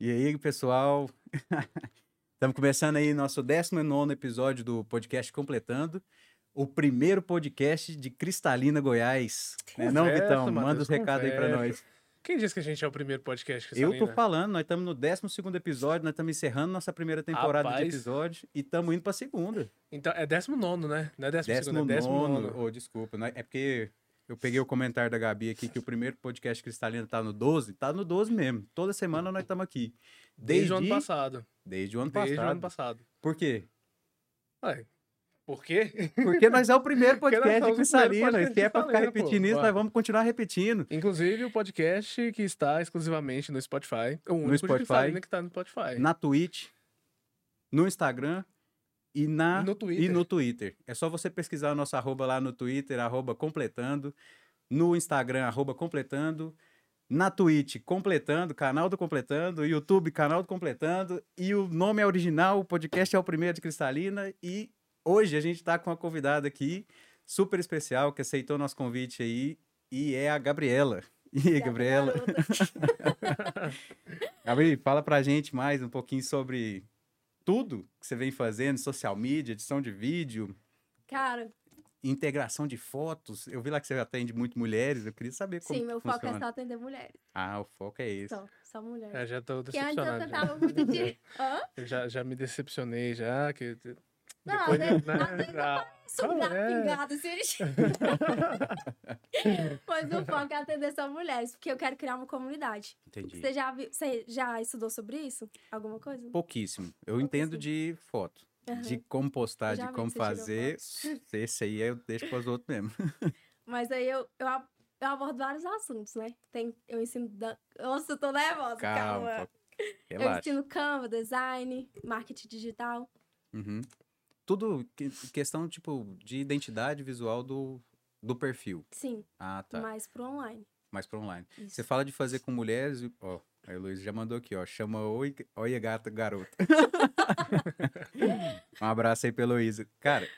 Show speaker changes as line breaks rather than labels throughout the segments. E aí, pessoal? Estamos começando aí nosso 19 episódio do podcast Completando. O primeiro podcast de Cristalina Goiás. Né não,
Conversa,
Vitão? Manda
Matheus,
os recados aí pra
conversa.
nós.
Quem disse que a gente é o primeiro podcast que
Eu tô falando, nós estamos no 12 episódio, nós estamos encerrando nossa primeira temporada de
Rapaz.
episódio e estamos indo pra segunda.
Então, é 19, né? Não é 19,
Décimo
é 19.
nono. Ô, desculpa, não é é porque eu peguei o comentário da Gabi aqui que o primeiro podcast cristalino tá no 12, tá no 12 mesmo. Toda semana nós estamos aqui.
Desde
Desde,
o ano passado.
Desde o ano
Desde
passado.
o ano passado.
Por quê?
Ué, por quê?
Porque nós é o primeiro
Porque nós
podcast
somos o primeiro
cristalino.
podcast
E se é pra ficar
cristalino, pô.
repetindo isso,
Ué.
nós vamos continuar repetindo.
Inclusive, o podcast que está exclusivamente no Spotify. O único de
Spotify.
Cristalina que está no Spotify.
Na Twitch, no Instagram e na...
E no Twitter.
E no Twitter. É só você pesquisar o nosso arroba lá no Twitter, arroba completando. No Instagram, arroba completando. Na Twitch, completando, canal do Completando, YouTube, canal do Completando. E o nome é original, o podcast é o primeiro de Cristalina. E hoje a gente está com uma convidada aqui, super especial, que aceitou nosso convite aí, e é a Gabriela. E aí,
Obrigada,
Gabriela?
garota.
Gabi, fala pra gente mais um pouquinho sobre tudo que você vem fazendo, social media, edição de vídeo,
Cara,
integração de fotos. Eu vi lá que você atende muito mulheres, eu queria saber como
sim, meu
funciona.
foco é só Então, atender mulheres.
Ah, o foco é esse.
Só, só mulheres.
É, já tô
Porque antes eu
decepcionado. já.
tentava muito de. Hã?
Eu já, já me decepcionei, já. Que...
Não,
Depois
né?
de-
Às vezes
Ah,
Sou
Ah,
um gato
é.
pingado, se eles. Mas o foco é atender só mulheres, porque eu quero criar uma comunidade.
Entendi.
Você já, viu, você já estudou sobre isso? Alguma coisa?
Pouquíssimo. Eu entendo
Pouquíssimo. de
de foto,
Aham.
de como postar,
Eu já
de
vi
como
que você tirou
fazer. Esse aí eu deixo para os outros mesmo.
Mas aí eu, eu, a- eu abordo vários assuntos, né? Tem, eu ensino. Dan... Nossa, eu tô nervosa, calma.
Calma,
eu
relaxa.
ensino Canva, design, marketing digital.
Uhum. Tudo que- questão tipo de identidade visual do, do perfil.
Sim,
Ah, tá.
mais pro online.
Mais para online.
Isso.
Você fala de fazer com mulheres, e- ó, aí o Luiz já mandou aqui, ó, chama Oi, Oi Gata Garota. um abraço aí pra Heloísa. Cara,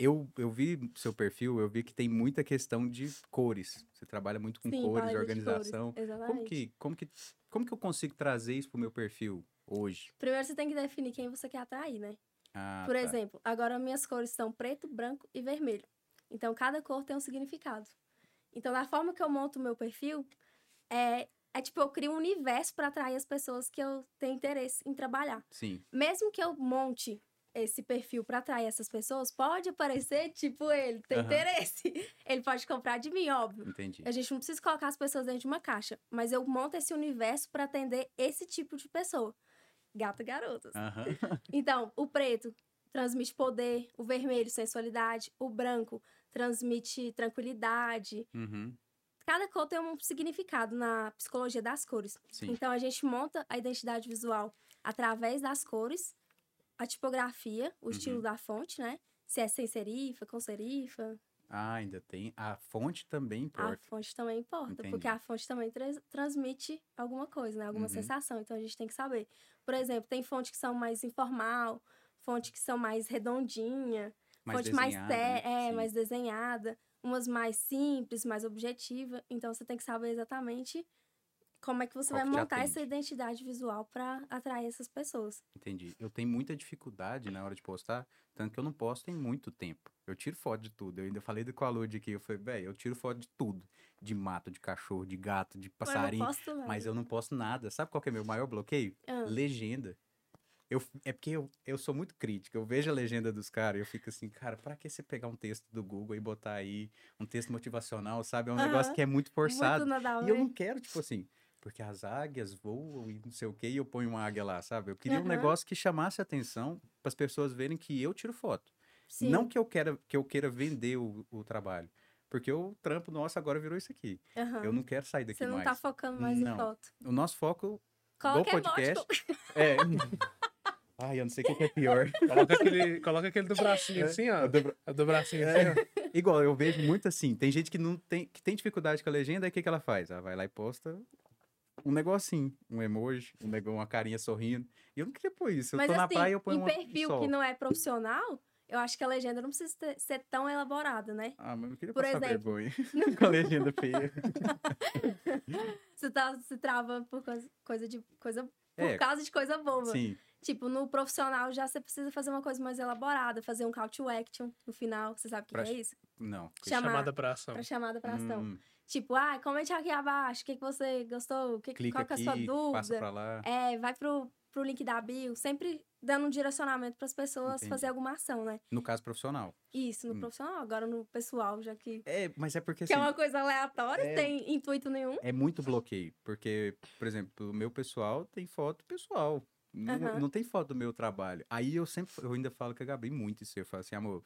eu, eu vi seu perfil, eu vi que tem muita questão de cores. Você trabalha muito com
Sim,
cores,
paleta de
um organização.
cores, Exatamente.
Como que, como que, como que eu consigo trazer isso pro meu perfil hoje?
Primeiro você tem que definir quem você quer atrair, né?
Ah,
Por
tá.
exemplo, agora minhas cores são preto, branco e vermelho. Então cada cor tem um significado. Então da forma que eu monto o meu perfil, é, é tipo eu crio um universo para atrair as pessoas que eu tenho interesse em trabalhar.
Sim.
Mesmo que eu monte esse perfil para atrair essas pessoas, pode aparecer tipo ele tem
Aham.
interesse. Ele pode comprar de mim, óbvio.
Entendi.
A gente não precisa colocar as pessoas dentro de uma caixa, mas eu monto esse universo para atender esse tipo de pessoa. Gata garotas.
Aham.
Então, o preto transmite poder, o vermelho sensualidade, o branco transmite tranquilidade.
Uhum.
Cada cor tem um significado na psicologia das cores.
Sim.
Então a gente monta a identidade visual através das cores, a tipografia, o estilo
Uhum.
da fonte, né? Se é sem serifa, com serifa,
Ah, ainda tem. A fonte também
A
importa.
fonte também importa,
Entendi.
porque a fonte também trans- transmite alguma coisa, né? Alguma
Uhum.
sensação. Então a gente tem que saber. Por exemplo, tem fontes que são mais informal, fontes que são mais redondinha, fonte mais
desenhada,
té-
né?
é,
Sim.
mais desenhada, umas mais simples, mais objetiva. Então você tem que saber exatamente como é que você
Qual
vai
que te
montar essa
atende.
identidade visual para atrair essas pessoas.
Entendi. Eu tenho muita dificuldade na hora de postar, tanto que eu não posto em muito tempo. Eu tiro foto de tudo. Eu ainda falei do com a Lud aqui. Eu falei, velho, eu tiro foto de tudo. De mato, de cachorro, de gato, de
Mas
passarinho.
eu não posso,
Mas eu não posto nada. Sabe qual que é meu maior bloqueio?
Ah.
Legenda. Eu, f- é porque eu, eu sou muito crítico. Eu vejo a legenda dos caras e eu fico assim, cara, pra que você pegar um texto do Google e botar aí um texto motivacional, sabe? É um negócio
Aham.
que é muito forçado.
Muito né? nada a
E eu
ver.
não quero, tipo assim, porque as águias voam e não sei o que, e eu ponho uma águia lá, sabe? Eu queria um
Aham.
negócio que chamasse atenção para as pessoas verem que eu tiro foto.
Sim.
Não que eu queira, que eu queira vender o, o trabalho. Porque o trampo nosso agora virou isso aqui.
Aham.
Eu não quero sair daqui
Tá. Você não
mais.
tá focando mais
Não.
em foto.
O nosso foco
Coloca
do podcast.
emoticon.
É. Ai, eu não sei o que que é pior.
Coloca aquele, coloca aquele do bracinho assim, ó.
Eu dobro-
O do bracinho
É.
assim, ó.
Igual, eu vejo muito assim. Tem gente que não tem, que tem dificuldade com a legenda, aí o que, que ela faz? Ela vai lá e posta um negocinho, um emoji, um nego, uma carinha sorrindo. E eu não queria pôr isso. Eu
Mas
tô
assim,
na praia e eu ponho
em
um
perfil
sol.
que não é profissional, eu acho que a legenda não precisa ter- ser tão elaborada, né?
Ah, mas eu não queria
Por
passar
exemplo.
vergonha com a legenda feia.
Você tá, se trava por coisa, coisa de coisa por
É.
causa de coisa boba.
Sim.
Tipo, no profissional já você precisa fazer uma coisa mais elaborada, fazer um call to action no final. Você sabe o que,
Pra-
que é isso?
Não.
Chamar
Chamada pra ação.
Pra chamada pra ação.
Hum,
Tipo, ah, comente aqui abaixo o que, que você gostou, o que, que-
clica
qual que é a
aqui,
sua
passa
dúvida.
pra lá.
É, vai pro, pro link da bio, sempre dando um direcionamento pras pessoas
Entendi.
fazer alguma ação, né?
No caso profissional.
Isso, no
Hum.
profissional, agora no pessoal, já que.
É, mas é porque
Que
assim,
é uma coisa aleatória,
É.
tem intuito nenhum.
é muito bloqueio. Porque, por exemplo, o meu pessoal tem foto pessoal. Não,
Aham.
não tem foto do meu trabalho. Aí eu sempre, eu ainda falo com a Gabi muito isso. Eu falo assim, amor,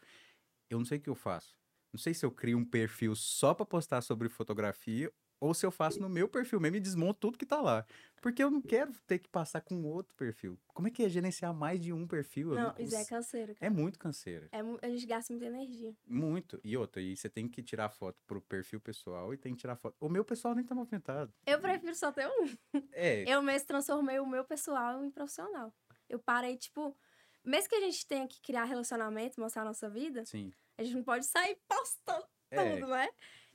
eu não sei o que eu faço. Não sei se eu crio um perfil só pra postar sobre fotografia ou se eu faço no meu perfil mesmo e desmonto tudo que tá lá. Porque eu não quero ter que passar com outro perfil. Como é que é gerenciar mais de um perfil? Eu
Não,
cons-
isso é canseiro. cara.
é muito canseira.
É mu- a gente gasta muita energia.
Muito. E outra, e você tem que tirar foto pro perfil pessoal e tem que tirar foto. O meu pessoal nem tá movimentado.
Eu prefiro só ter um.
É,
Eu mesmo transformei o meu pessoal em profissional. Eu parei, tipo, mesmo que a gente tenha que criar relacionamento, mostrar a nossa vida,
sim.
a gente não pode sair postando
É,
tudo, né?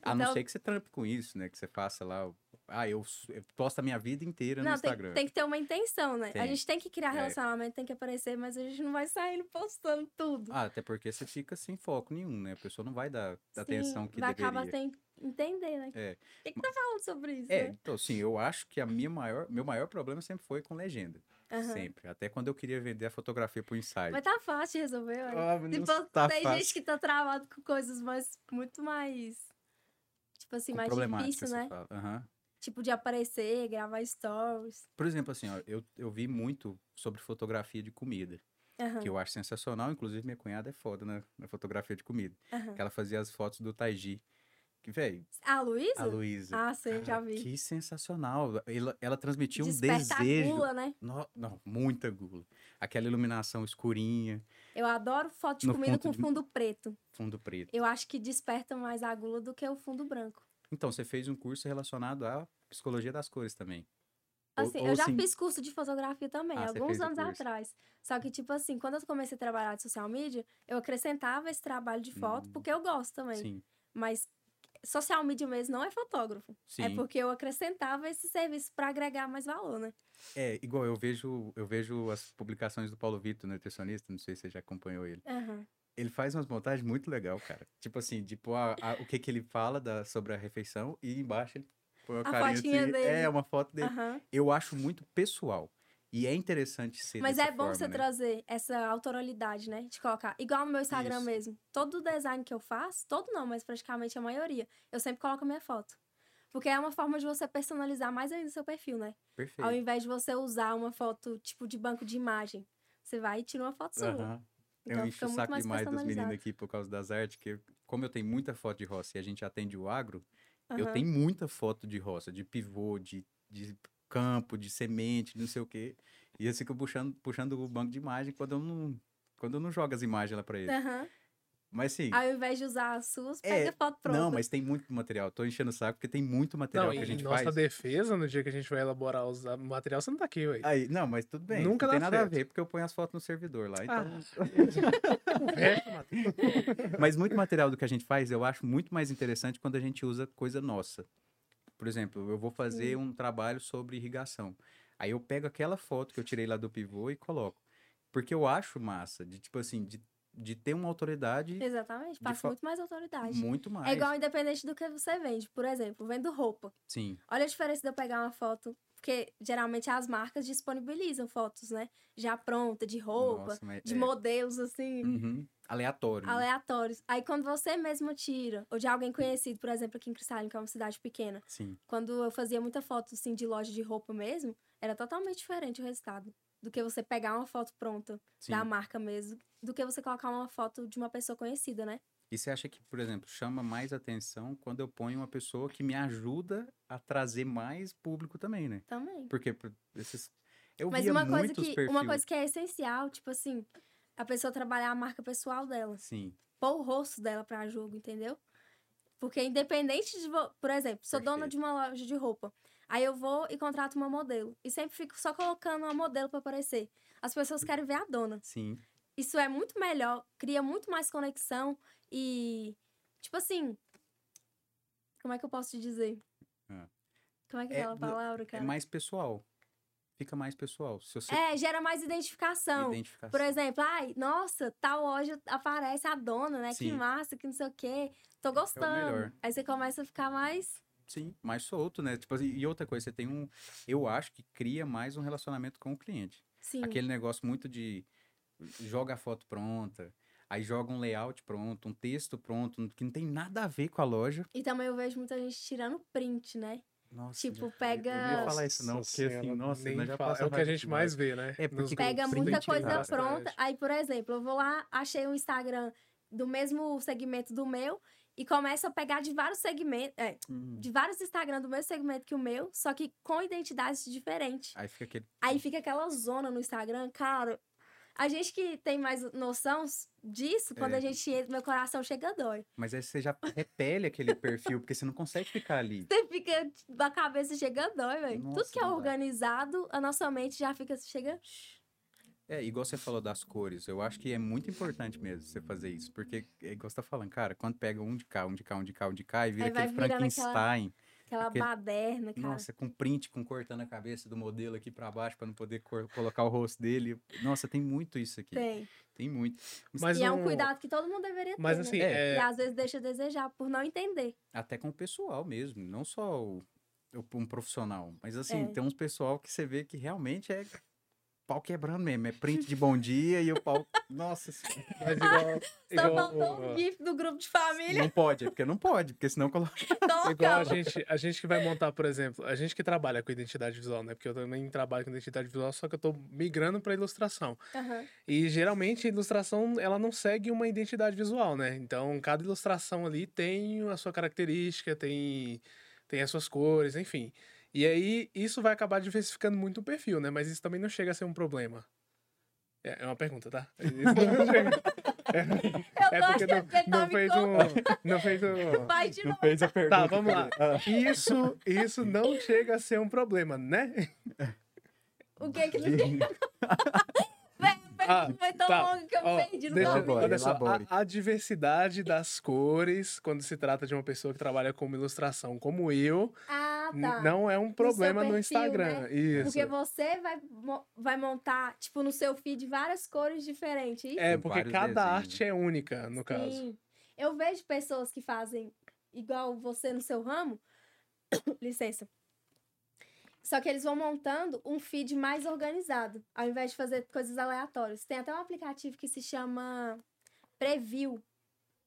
A não
Então-
ser que você trampe com isso, né? Que você faça lá. o- Ah, eu, s- eu posto a minha vida inteira no
Não, tem,
Instagram.
tem que ter uma intenção, né? A
Tem.
gente tem que criar
É.
relacionamento, tem que aparecer, mas a gente não vai saindo postando tudo.
Ah, até porque você fica sem foco nenhum, né? A pessoa não vai dar
Sim,
atenção que
vai
deveria.
acabar sem entender, né?
É.
O que, que tá falando sobre isso?
É,
né?
então assim, eu acho que a minha maior, meu maior problema sempre foi com legenda.
Aham.
Sempre. Até quando eu queria vender a fotografia pro ensaio.
Mas tá fácil de resolver, olha.
Ah,
Se
não
fosse-
tá
Tipo, tem
fácil.
gente que tá travado com coisas mais, muito mais. Tipo assim,
Com
mais
problemática,
difícil,
você
né?
fala. Aham.
Tipo, de aparecer, gravar stories.
Por exemplo, assim, ó, eu, eu vi muito sobre fotografia de comida,
Aham,
que eu acho sensacional. Inclusive, minha cunhada é foda na, na fotografia de comida.
aham.
Que ela fazia as fotos do Taiji. Que, velho,
A Luísa?
a Luísa.
Ah, sei, já
cara,
vi.
Que sensacional. Ela, ela transmitia
Desperta
um
a
desejo.
gula, né?
No- não, muita gula. Aquela iluminação escurinha,
Eu adoro foto de
No
comida
fundo
com
de-
fundo preto.
fundo preto.
Eu acho que desperta mais a gula do que o fundo branco.
Então, você fez um curso relacionado à psicologia das cores também. Ou-
Assim,
ou
eu já
assim-
fiz curso de fotografia também,
Ah, você
alguns
fez o
anos
curso.
atrás. Só que, tipo assim, quando eu comecei a trabalhar de social media, eu acrescentava esse trabalho de foto,
Hum.
porque eu gosto também.
Sim,
Mas social media mesmo não é fotógrafo.
sim.
É porque eu acrescentava esse serviço para agregar mais valor, né?
É, igual eu vejo, eu vejo as publicações do Paulo Vitor, nutricionista, não sei se você já acompanhou ele. Ele faz umas montagens muito legal, cara. Tipo assim, tipo a- a- o que que ele fala da- sobre a refeição e embaixo ele põe uma
A
carinha
fotinha
assim,
dele. Ah.
É, uma foto dele.
Aham.
Eu acho muito pessoal. E é interessante ser
Mas
dessa
é bom
forma,
você
né?
trazer essa autoralidade, né? De colocar. Igual no meu Instagram
Isso.
mesmo. Todo design que eu faço, todo não, mas praticamente a maioria, eu sempre coloco a minha foto. Porque é uma forma de você personalizar mais ainda o seu perfil, né?
Perfeito.
Ao invés de você usar uma foto tipo de banco de imagem. Você vai e tira uma foto sua.
Aham. eu
Então
encho
fica
o
muito
saco
mais
demais das
personalizado.
meninas aqui por causa das artes, que como eu tenho muita foto de roça e a gente atende o agro, Eu
Aham.
tenho muita foto de roça, de pivô, de, de campo, de semente, de não sei o quê. E eles ficam puxando, puxando o banco de imagem quando eu não, quando eu não jogo as imagens lá pra eles.
Aham.
Mas sim,
Ao invés de usar as suas,
É,
pega a foto pronta.
não, mas tem muito material. Tô enchendo o saco porque tem muito material
não,
que a
e
gente
nossa
faz.
defesa, no dia que a gente vai elaborar os- o material, você não tá aqui, ué.
Aí, não, mas tudo bem.
Nunca
não tem
dá
nada a
certo.
ver, porque eu ponho as fotos no servidor
Ah.
lá.
Ah.
Então...
Conversa, Matheus.
Mas muito material do que a gente faz, eu acho muito mais interessante quando a gente usa coisa nossa. Por exemplo, eu vou fazer um trabalho sobre irrigação. Aí eu pego aquela foto que eu tirei lá do pivô e coloco. Porque eu acho massa, de tipo assim, de, de ter uma autoridade de
Exatamente, passa
fa-
muito mais autoridade.
muito mais.
É igual independente do que você vende. Por exemplo, vendo roupa.
Sim,
Olha a diferença de eu pegar uma foto, porque geralmente as marcas disponibilizam fotos, né? Já pronta, de roupa,
nossa, mas
de
é-
modelos, assim,
Uhum, Aleatório. né?
aleatórios. Aí quando você mesmo tira, ou de alguém conhecido, por exemplo, aqui em Cristalino, que é uma cidade pequena,
Sim.
quando eu fazia muita foto, assim, de loja de roupa mesmo, era totalmente diferente o resultado. Do que você pegar uma foto pronta
Sim.
da marca mesmo, do que você colocar uma foto de uma pessoa conhecida, né?
E você acha que, por exemplo, chama mais atenção quando eu ponho uma pessoa que me ajuda a trazer mais público também, né?
Também.
Porque por- esses. Eu
Mas
via
uma coisa,
muitos
que,
perfis.
uma coisa que é essencial, tipo assim, a pessoa trabalhar a marca pessoal dela.
Sim,
Pôr o rosto dela pra jogo, entendeu? Porque independente de... vo- Por exemplo, sou dona
Perfeito.
de uma loja de roupa. Aí eu vou e contrato uma modelo. E sempre fico só colocando uma modelo pra aparecer. As pessoas querem ver a dona.
sim.
Isso é muito melhor, cria muito mais conexão e... Tipo assim... Como é que eu posso te dizer?
Ah.
Como é que é
É,
aquela
no-
palavra,
É
cara?
mais pessoal. fica mais pessoal. Se você
É, gera mais identificação.
identificar.
Por exemplo, ai, nossa, tal loja aparece a dona, né? Que
Sim. É,
massa, que não sei o quê. Tô gostando.
melhor.
Aí você começa a ficar mais.
Sim, mais solto, né? Tipo, assim, e outra coisa, você tem um. Eu acho que cria mais um relacionamento com o cliente.
Sim.
Aquele negócio muito de joga a foto pronta, aí joga um layout pronto, um texto pronto, que não tem nada a ver com a loja.
E também eu vejo muita gente tirando print, né?
Nossa,
Tipo,
Eu não ia
pega.
falar isso não,
Nossa
porque assim,
Senhora,
nossa,
nem
nós já
fala. É o
passamos
que a
por
gente
isso
mais vê, né?
É, porque
grupos.
Pega
Print
muita
de
coisa
bastante.
pronta. Aí, por exemplo, eu vou lá, achei um Instagram do mesmo segmento do meu e começo a pegar de vários segmentos, é,
Hum,
de vários Instagram do mesmo segmento que o meu, só que com identidades diferentes.
Aí fica aquele.
Aí fica aquela zona no Instagram, cara. A gente que tem mais noção disso, quando
É.
a gente entra, meu coração chega a dói.
Mas aí você já repele aquele perfil, porque você não consegue ficar ali.
Você fica, a cabeça chega a dói, velho. Tudo
Nossa,
que é
não dá.
organizado, a nossa mente já fica, chega...
É, igual você falou das cores, eu acho que é muito importante mesmo você fazer isso, porque é igual você tá falando, cara, quando pega um de cá, um de cá, um de cá, um de cá, e vira
Aí vai
aquele
virando aquela-
Frankenstein.
Aquela
Aquele-
baderna, cara.
Nossa, com print, com cortando a cabeça do modelo aqui pra baixo pra não poder cor- colocar o rosto dele. Nossa, tem muito isso aqui. Tem,
Tem.
muito.
Mas
e é um
não-
cuidado que todo mundo deveria ter.
Mas
né?
assim,
É.
E
é,
às vezes deixa a desejar por não entender.
Até com o pessoal mesmo, não só o- o- um profissional. Mas assim,
É.
tem uns pessoal que você vê que realmente é pau quebrando mesmo. É print de bom dia e o pau. Nossa, senhora.
mas igual,
Só
igual-
faltou um gif do grupo de família.
não pode, é porque não pode, porque senão coloca.
Igual a
Toca.
gente, a gente que vai montar, por exemplo, a gente que trabalha com identidade visual, né? Porque eu também trabalho com identidade visual, só que eu tô migrando pra ilustração.
Aham.
E geralmente a ilustração, ela não segue uma identidade visual, né? Então, cada ilustração ali tem a sua característica, tem, tem as suas cores, enfim. E aí, isso vai acabar diversificando muito o perfil, né? Mas isso também não chega a ser um problema. É é uma pergunta, tá? Isso não chega.
Eu tô
É porque
achando
não,
que ele tá
não
me
fez
contando.
um. Não fez um.
Vai de novo.
fez a pergunta. Ah.
Tá, vamos lá. Isso, isso não chega a ser um problema, né?
O que que ele Véi, foi,
Ah,
foi tão
tá.
longo que eu
Ó,
perdi no
deixa-
dá.
nome.
Elabore,
olha só,
elabore.
a, a diversidade das cores, quando se trata de uma pessoa que trabalha como ilustração, como eu,
Ah,
n-
tá.
não é um problema no,
perfil,
Instagram.
né?
Isso.
Porque você vai, mo- vai montar, tipo, no seu feed várias cores diferentes. isso?
É,
Tem
porque
vários
cada
desenhos, né?
arte é única, no caso.
Sim. Eu vejo pessoas que fazem igual você no seu ramo. Licença. Só que eles vão montando um feed mais organizado, ao invés de fazer coisas aleatórias. Tem até um aplicativo que se chama Preview.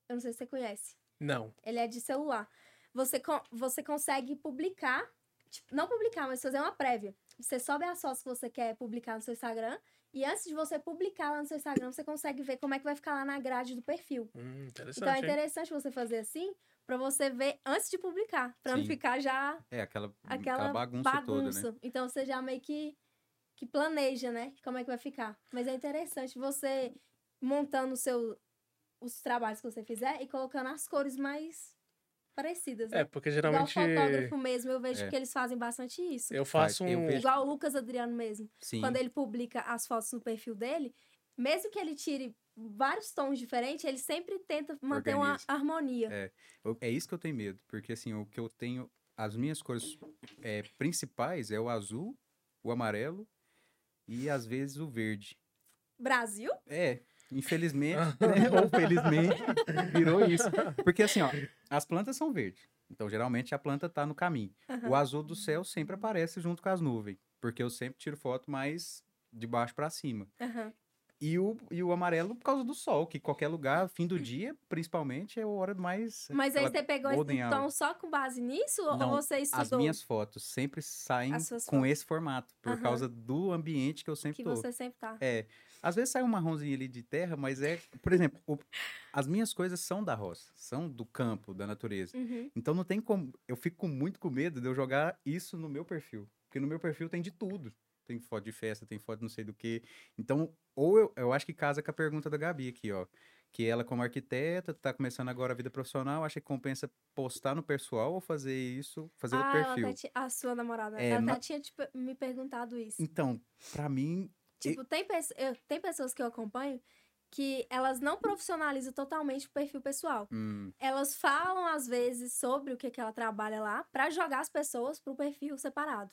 Eu não sei se você conhece.
Não.
Ele é de celular. Você, con- você consegue publicar, tipo, não publicar, mas fazer uma prévia. Você sobe as fotos que você quer publicar no seu Instagram. E antes de você publicar lá no seu Instagram, você consegue ver como é que vai ficar lá na grade do perfil.
Hum, interessante.
Então é
hein?
interessante você fazer assim, pra você ver antes de publicar. Pra não
Sim.
ficar já
É, aquela, aquela,
aquela
bagunça,
bagunça.
toda, né?
Então você já meio que, que planeja, né? Como é que vai ficar. Mas é interessante você montando o seu, os trabalhos que você fizer e colocando as cores mais parecidas, né?
É, porque
Igual
geralmente
fotógrafo mesmo, eu vejo
É.
que eles fazem bastante isso.
eu faço
Faz, eu
um.
vejo-
Igual o Lucas Adriano mesmo.
Sim.
Quando ele publica as fotos no perfil dele, mesmo que ele tire vários tons diferentes, ele sempre tenta manter
Organiza.
uma harmonia.
É. Eu- É isso que eu tenho medo, porque assim, o que eu tenho, as minhas cores é, principais é o azul, o amarelo e às vezes o verde.
Brasil?
É, infelizmente, né, ou felizmente, virou isso. Porque assim, ó, as plantas são verdes, então geralmente a planta tá no caminho. O azul do céu sempre aparece junto com as nuvens, porque eu sempre tiro foto mais de baixo para cima.
Aham.
E o, e o amarelo por causa do sol, que qualquer lugar, fim do dia, principalmente, é a hora mais...
Mas aí
aquela
você pegou esse
golden hour.
tom só com base nisso?
Não,
ou você
As
estudou
minhas fotos sempre saem
As suas
com esse formato, por
Aham.
causa do ambiente que eu sempre
que
tô.
você sempre tá?
É. Às vezes sai um marronzinho ali de terra, mas é. Por exemplo, o- as minhas coisas são da roça, são do campo, da natureza.
Uhum.
Então não tem como. Eu fico com muito com medo de eu jogar isso no meu perfil. Porque no meu perfil tem de tudo. Tem foto de festa, tem foto não sei do que. Então, ou eu, eu acho que casa com a pergunta da Gabi aqui, ó. Que ela, como arquiteta, tá começando agora a vida profissional, acha que compensa postar no pessoal ou fazer isso, fazer o
Ah, ela
perfil?
até ti- a sua namorada.
É,
ela
na-
até tinha tipo, me perguntado isso.
Então, pra mim,
Tipo, tem, pesso- eu- tem pessoas que eu acompanho que elas não profissionalizam totalmente o perfil pessoal.
hum,
Elas falam, às vezes, sobre o que, que ela trabalha lá pra jogar as pessoas pro perfil separado.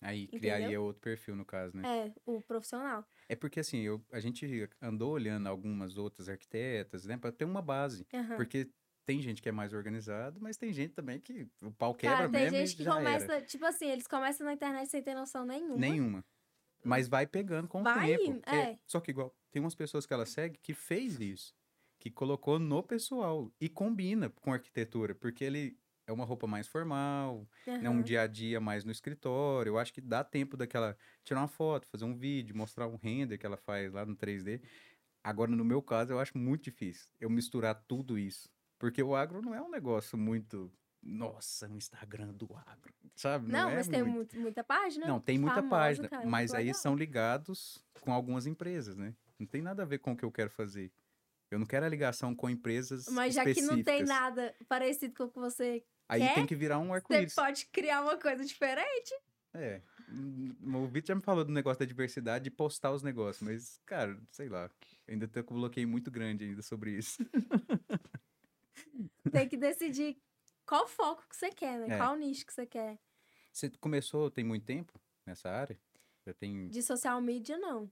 Aí
Entendeu?
criaria outro perfil, no caso, né?
É, o profissional.
É, porque assim, eu, a gente andou olhando algumas outras arquitetas, né? Pra ter uma base.
Aham.
Porque tem gente que é mais organizado, mas tem gente também que o pau quebra
Cara, Tá, tem
mesmo
gente
e
que
já
começa,
era.
tipo assim, eles começam na internet sem ter noção nenhuma.
Nenhuma. Mas vai pegando com
Vai,
o tempo. porque-
é.
Só que igual, tem umas pessoas que ela segue que fez isso. Que colocou no pessoal. E combina com a arquitetura. Porque ele é uma roupa mais formal, né, um
Aham.
dia a dia mais no escritório. Eu acho que dá tempo daquela tirar uma foto, fazer um vídeo, mostrar um render que ela faz lá no 3D. Agora, no meu caso, eu acho muito difícil eu misturar tudo isso. Porque o agro não é um negócio muito. Nossa, o Instagram do agro. Sabe?
Não,
é
mas tem muito- muita página.
Não, tem muita
famosa,
página.
cara,
mas
muito
aí
legal.
são ligados com algumas empresas, né? Não tem nada a ver com o que eu quero fazer. Eu não quero a ligação com empresas.
Mas já que não tem
específicas.
nada parecido com o que você
Aí
quer,
tem que virar um
Você
arco-íris.
pode criar uma coisa diferente.
É. hum, O Vitor já me falou do negócio da diversidade e postar os negócios, mas, cara, sei lá. Ainda tô com um bloqueio muito grande ainda sobre isso.
Tem que decidir qual foco que você quer, né?
É.
Qual nicho que você quer.
Você começou tem muito tempo nessa área? Já tem.
De social media, não.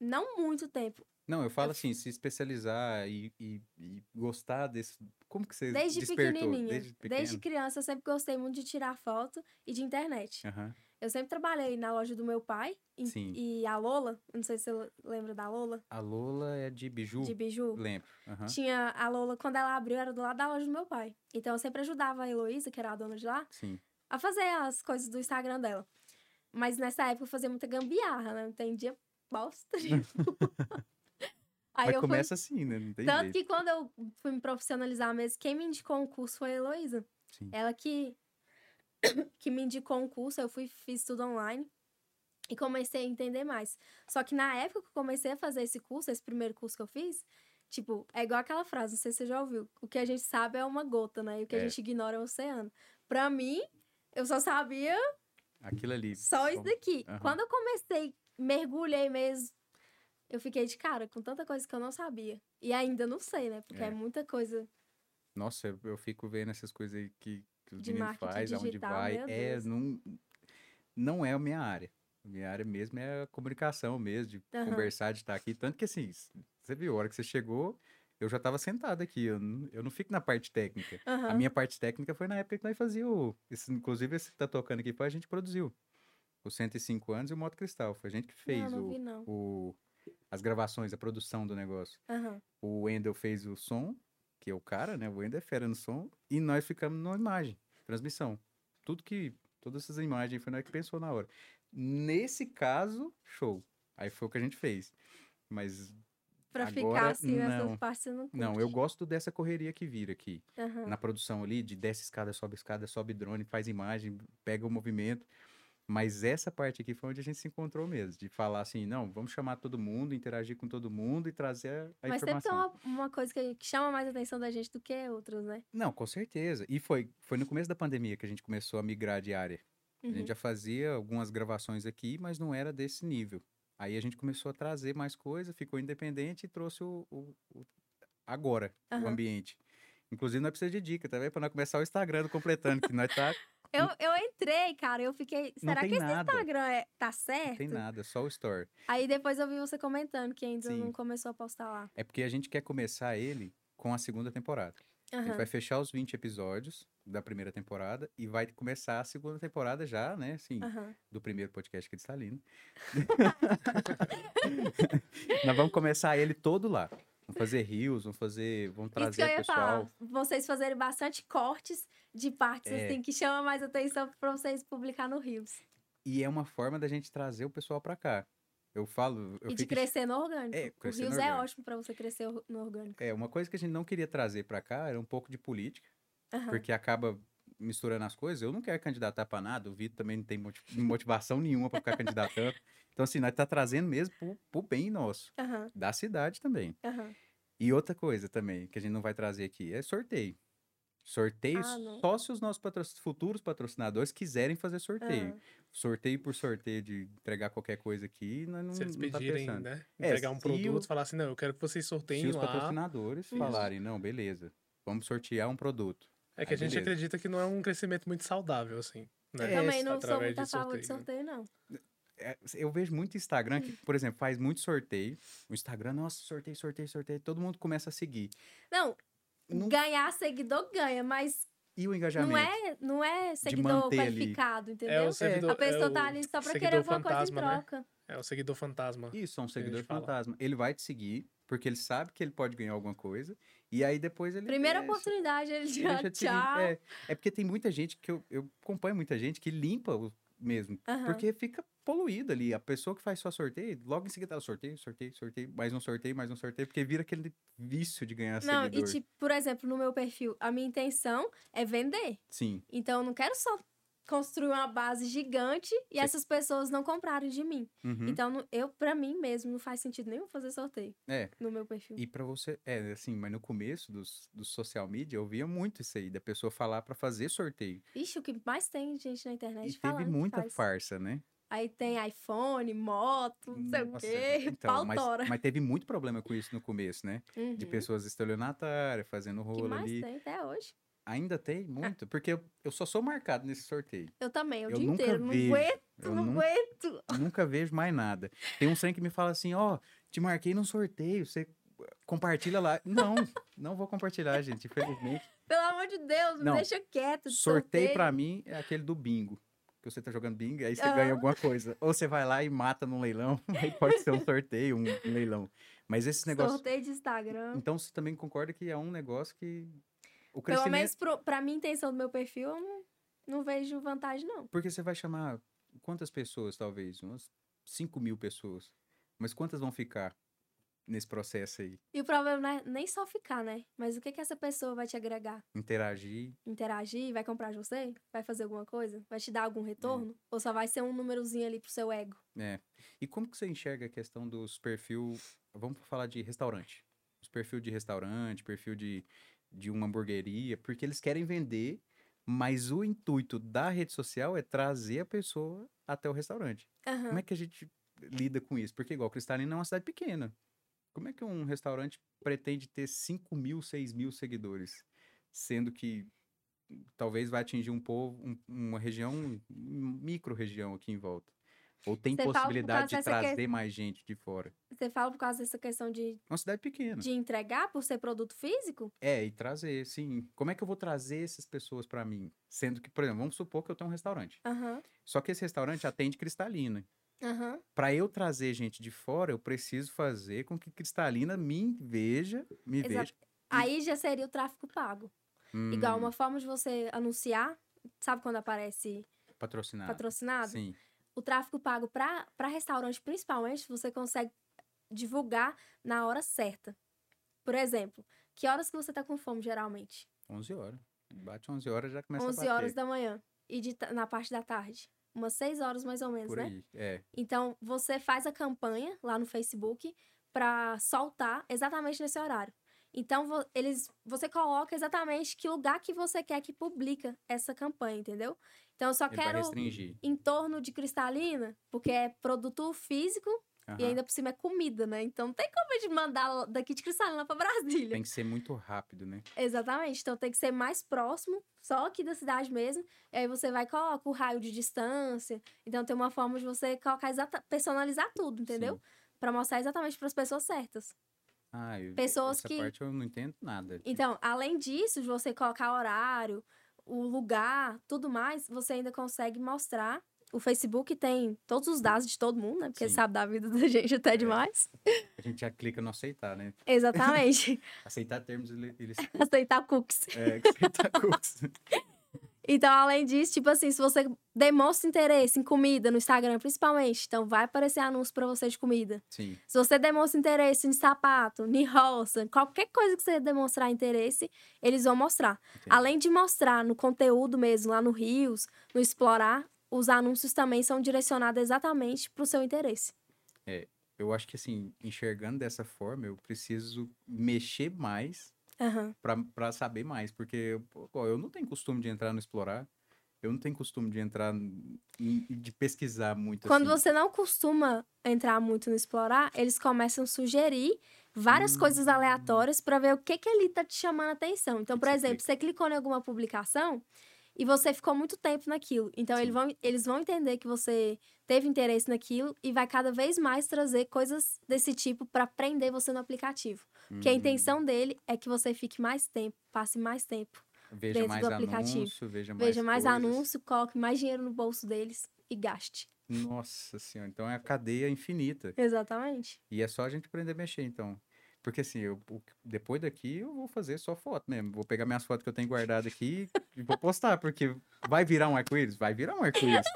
Não muito tempo.
Não, eu falo assim, se especializar e, e- e gostar desse. Como que você
Desde
despertou?
pequenininha.
Desde
Desde,
pequeno.
criança, eu sempre gostei muito de tirar foto e de internet.
Aham.
Eu sempre trabalhei na loja do meu pai. E,
É. Sim.
e a Lola, não sei se você lembra da Lola,
A Lola é de biju?
de biju.
Lembro. Aham.
Tinha a Lola, quando ela abriu, era do lado da loja do meu pai. Então eu sempre ajudava a Heloísa, que era a dona de lá,
Sim.
a fazer as coisas do Instagram dela. Mas nessa época eu fazia muita gambiarra, né? Não entendia bosta. nenhuma. Aí
Mas
eu fui...
começa assim, né? Não tem
Tanto
jeito.
que quando eu fui me profissionalizar mesmo, quem me indicou um curso foi a Heloísa.
Sim.
Ela que... que me indicou um curso, eu fui fiz tudo online. E comecei a entender mais. Só que na época que eu comecei a fazer esse curso, esse primeiro curso que eu fiz, tipo, é igual aquela frase, não sei se você já ouviu. O que a gente sabe é uma gota, né? E o que a
É.
gente ignora é um oceano. Pra mim, eu só sabia
Aquilo ali. um
só isso
Bom,
daqui.
Aham.
Quando eu comecei, mergulhei mesmo, eu fiquei de cara com tanta coisa que eu não sabia. E ainda não sei, né? Porque é,
É.
muita coisa.
Nossa, eu, eu fico vendo essas coisas aí que, que os
De
meninos
marketing
fazem, aonde
digital,
vai.
meu
É,
Deus.
não, não é a minha área. A minha área mesmo é a comunicação mesmo, de
Aham.
conversar, de estar aqui. Tanto que assim, s- você viu, a hora que você chegou, eu já estava sentado aqui. Eu não, eu não fico na parte técnica.
Aham.
A minha parte técnica foi na época que nós fazíamos. Esse, inclusive, esse que tá tocando aqui foi a gente que produziu. Os 105 anos e o Moto Cristal. Foi a gente que fez
Não, não
o-
vi, não.
o, as gravações, a produção do negócio.
Aham.
O Wendel fez o som, que é o cara, né? O Wendel é fera no som. E nós ficamos na imagem, transmissão. Tudo que. Todas essas imagens foi nós que pensou na hora. Nesse caso, show. Aí foi o que a gente fez. Mas
Pra ficar
Agora,
assim nessas
não.
partes, você não.
não, eu gosto dessa correria que vira aqui.
curte. Aham.
Na produção ali, de desce escada, sobe escada, sobe drone, faz imagem, pega o movimento. Mas essa parte aqui foi onde a gente se encontrou mesmo. De falar assim, não, vamos chamar todo mundo, interagir com todo mundo e trazer a
Mas sempre tem
informação.
uma, uma coisa que, que chama mais atenção da gente do que outros, né?
Não, com certeza. E foi, foi no começo da pandemia que a gente começou a migrar de área. A
Uhum.
gente já fazia algumas gravações aqui, mas não era desse nível. Aí a gente começou a trazer mais coisa, ficou independente e trouxe o, o- o- agora, o
Aham.
ambiente. Inclusive, nós precisamos de dica, tá vendo? Pra nós começar o Instagram do completando, que nós tá.
Eu, eu entrei, cara, eu fiquei.
Não
Será
tem
que esse
nada.
Instagram é... tá
Não
certo?
tem nada, só o Store.
Aí depois eu vi você comentando que ainda
Sim.
não começou a postar lá.
É porque a gente quer começar ele com a segunda temporada. A gente
Aham.
vai fechar os 20 episódios da primeira temporada e vai começar a segunda temporada já, né? Assim,
Aham.
do primeiro podcast que ele está lendo. Nós vamos começar ele todo lá. Vamos fazer rios, vamos fazer, vamos
Isso que eu
trazer
ia
pessoal.
falar. Vocês fazerem bastante cortes de partes
É.
assim que chama mais atenção pra vocês publicar no Rios.
E é uma forma da gente trazer o pessoal pra cá. Eu falo, eu
E de
fico-
crescer no orgânico.
É,
o
crescer no
Rios é
orgânico.
ótimo pra você crescer o- no orgânico.
é uma coisa que a gente não queria trazer pra cá era um pouco de política,
Aham.
porque acaba misturando as coisas. Eu não quero candidatar pra nada, o Vitor também não tem moti- motivação nenhuma pra ficar candidatando. Então assim, nós tá trazendo mesmo pro, pro bem nosso,
Aham,
da cidade também.
aham.
E outra coisa também, que a gente não vai trazer aqui, é sorteio. Sorteio
Ah, não.
só se os nossos patro- futuros patrocinadores quiserem fazer sorteio.
Ah.
Sorteio por sorteio de entregar qualquer coisa aqui, nós não,
Se eles
não tá
pedirem,
pensando.
né?
É,
Entregar um
se
produto,
o-
falar assim, não, eu quero que vocês
Se
sorteiem
os
lá.
patrocinadores
Isso.
falarem, não, beleza, vamos sortear um produto.
É
Aí
que a gente
beleza.
acredita que não é um crescimento muito saudável, assim.
Eu
né?
também
Isso,
não sou
através
muito a
de
favor de
sorteio, né?
sorteio, não.
É, eu vejo muito Instagram que, por exemplo, faz muito sorteio. O Instagram, nossa, sorteio, sorteio, sorteio. Todo mundo começa a seguir.
Não,
Não-
ganhar seguidor ganha, mas
E o engajamento?
não é, não é seguidor
manter ali.
qualificado,
É
entendeu?
o servidor,
A pessoa
é o,
tá ali só pra
seguidor
querer alguma
fantasma,
coisa
né?
em troca.
É o seguidor fantasma.
Isso, é um
a
seguidor
gente fala.
fantasma. Ele vai te seguir, porque ele sabe que ele pode ganhar alguma coisa. E aí depois ele.
Primeira
deixa,
oportunidade, ele já,
deixa te seguir.
tchau.
É, é porque tem muita gente que eu, eu acompanho muita gente que limpa o, mesmo.
Aham.
Porque fica poluído ali. A pessoa que faz só sorteio, logo em seguida, ela, sorteio, sorteio, sorteio, mais um sorteio, mais um sorteio, porque vira aquele vício de ganhar
Não,
seguidor.
e tipo, por exemplo, no meu perfil, a minha intenção é vender.
Sim.
Então, eu não quero só construir uma base gigante e
Sim.
essas pessoas não comprarem de mim.
Uhum.
Então, não- eu, pra mim mesmo, não faz sentido nenhum fazer sorteio
É.
no meu perfil.
E pra você, é assim, mas no começo dos, do social media eu via muito isso aí, da pessoa falar pra fazer sorteio.
Ixi, o que mais tem gente na internet
E
falando
teve
que
muita
faz.
farsa, né?
Aí tem iPhone, moto, não sei o
Nossa,
quê,
Então,
pau
mas,
tora.
mas teve muito problema com isso no começo, né? De
Uhum.
pessoas estelionatárias, fazendo
O que
rolo
mais
ali.
tem até hoje?
Ainda tem muito, porque eu, eu só sou marcado nesse sorteio.
Eu também, o
Eu
dia
nunca
inteiro.
vejo.
Não aguento,
Eu
não
nun-
aguento.
nunca vejo mais nada. Tem um trem que me fala assim, ó, te marquei num sorteio, você compartilha lá. Não, não vou compartilhar, gente, infelizmente.
Pelo amor de Deus, me
Não.
deixa quieto. de
Sorteio pra mim é aquele do bingo. Que você tá jogando bingo, aí você
Aham.
ganha alguma coisa. Ou você vai lá e mata num leilão, aí pode ser um sorteio, um leilão. Mas esses negócios.
Sorteio de Instagram.
Então você também concorda que é um negócio que. O
Pelo
crescimento.
menos pro, pra minha intenção do meu perfil, eu não, não vejo vantagem, não.
Porque você vai chamar quantas pessoas, talvez? Umas 5 mil pessoas. Mas quantas vão ficar nesse processo aí?
E o problema não é nem só ficar, né? Mas o que que essa pessoa vai te agregar?
Interagir?
Interagir? Vai comprar de você? Vai fazer alguma coisa? Vai te dar algum retorno?
É.
Ou só vai ser um númerozinho ali pro seu ego?
E como que você enxerga a questão dos perfil... Vamos falar de restaurante. Os perfil de restaurante, perfil de, de uma hamburgueria, porque eles querem vender, mas o intuito da rede social é trazer a pessoa até o restaurante.
Aham.
Como é que a gente lida com isso? Porque igual Cristalina é uma cidade pequena. Como é que um restaurante pretende ter 5 mil, 6 mil seguidores? Sendo que talvez vai atingir um povo, um- uma região, um micro região aqui em volta. Ou tem
Você fala por
possibilidade
causa
de
dessa que- é
trazer mais gente de fora. É
Você fala por causa dessa questão de,
Uma cidade pequena.
de entregar por ser produto físico?
É, e trazer, sim. Como é que eu vou trazer essas pessoas pra mim? Sendo que, por exemplo, vamos supor que eu tenho um restaurante.
Aham.
Só que esse restaurante atende Cristalina.
Aham.
Pra eu trazer gente de fora, eu preciso fazer com que Cristalina me veja, me
Exato.
veja.
Aí já seria o tráfico pago.
Hum,
Igual uma forma de você anunciar. Sabe quando aparece
patrocinado.
patrocinado?
Sim.
o tráfego pago para restaurante, principalmente, você consegue divulgar na hora certa. Por exemplo, que horas que você tá com fome, geralmente?
11 horas. Bate 11 horas já começa
11
a bater.
horas da manhã. E de ta- na parte da tarde. Umas 6 horas, mais ou menos,
por
né?
aí. É.
Então, você faz a campanha lá no Facebook para soltar exatamente nesse horário. Então, vo- eles, você coloca exatamente que lugar que você quer que publica essa campanha, entendeu? Então, eu só
Ele vai
quero
restringir.
em torno de cristalina, porque é produto físico e
Aham.
ainda por cima é comida, né? Então não tem como a gente mandar lá- daqui de Cristalina pra Brasília.
Tem que ser muito rápido, né?
Exatamente. Então tem que ser mais próximo, só aqui da cidade mesmo. E aí você vai e coloca o raio de distância. Então tem uma forma de você colocar exata... personalizar tudo, entendeu?
Sim.
Pra mostrar exatamente pras pessoas certas.
Ah, eu,
Pessoas
essa
que-
parte eu não entendo nada.
Então, além disso, de você colocar horário, o lugar, tudo mais, você ainda consegue mostrar. O Facebook tem todos os dados de todo mundo, né? Porque
Sim. É.
sabe da vida da gente até demais.
A gente já clica no aceitar, né?
Exatamente.
Aceitar termos ele- eles
Aceitar cookies.
é, aceitar curso.
Então, além disso, tipo assim, se você demonstra interesse em comida no Instagram, principalmente, então vai aparecer anúncio pra você de comida.
Sim.
Se você demonstra interesse em sapato, em roça, qualquer coisa que você demonstrar interesse, eles vão mostrar.
entendi.
Além de mostrar no conteúdo mesmo, lá no Rios, no Explorar, os anúncios também são direcionados exatamente pro seu interesse.
Eu acho que assim, enxergando dessa forma, eu preciso mexer mais
Aham.
pra- pra saber mais, porque pô, ó, eu não tenho costume de entrar no explorar, eu não tenho costume de entrar n- e- e de pesquisar muito.
Quando
assim.
você não costuma entrar muito no Explorar, eles começam a sugerir várias
Hum.
coisas aleatórias para ver o que que ali tá te chamando a atenção. Então, por
Você
exemplo,
clica.
você clicou em alguma publicação e você ficou muito tempo naquilo. Então,
Sim.
eles vão, eles vão entender que você teve interesse naquilo e vai cada vez mais trazer coisas desse tipo para prender você no aplicativo. Porque a
Hum,
intenção dele é que você fique mais tempo, passe mais tempo.
veja
dentro
mais
do aplicativo.
anúncio, veja mais
Veja mais
coisas.
anúncio, coloque mais dinheiro no bolso deles e gaste.
Nossa senhora, então é a cadeia infinita.
Exatamente.
E é só a gente aprender a mexer, então. Porque assim, eu, o- depois daqui eu vou fazer só foto mesmo. Vou pegar minhas fotos que eu tenho guardado aqui e vou postar, porque vai virar um arco-íris? Vai virar um arco-íris.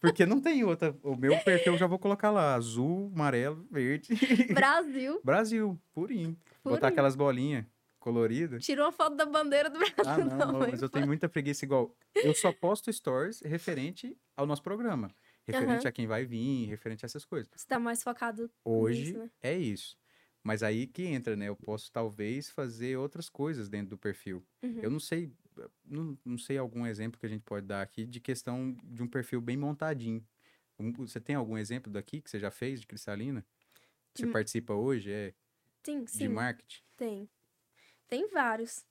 Porque não tem outra. O meu perfil eu já vou colocar lá: azul, amarelo, verde.
Brasil,
Brasil, purinho. Botar
purinho.
aquelas bolinhas coloridas.
Tirou a foto da bandeira do Brasil.
Ah, não, não,
mãe.
mas eu tenho muita preguiça igual. Eu só posto stories referente ao nosso programa. Referente
Aham.
a quem vai vir, referente a essas coisas.
Você tá mais focado
Hoje
Isso, né?
é isso. Mas aí que entra, né? Eu posso talvez fazer outras coisas dentro do perfil.
Uhum.
Eu não sei, eh, não, não sei algum exemplo que a gente pode dar aqui de questão de um perfil bem montadinho. Um- Você tem algum exemplo daqui que você já fez de cristalina? Que Você
De-
participa hoje, é,
Sim,
de
sim,
marketing?
tem. Tem vários.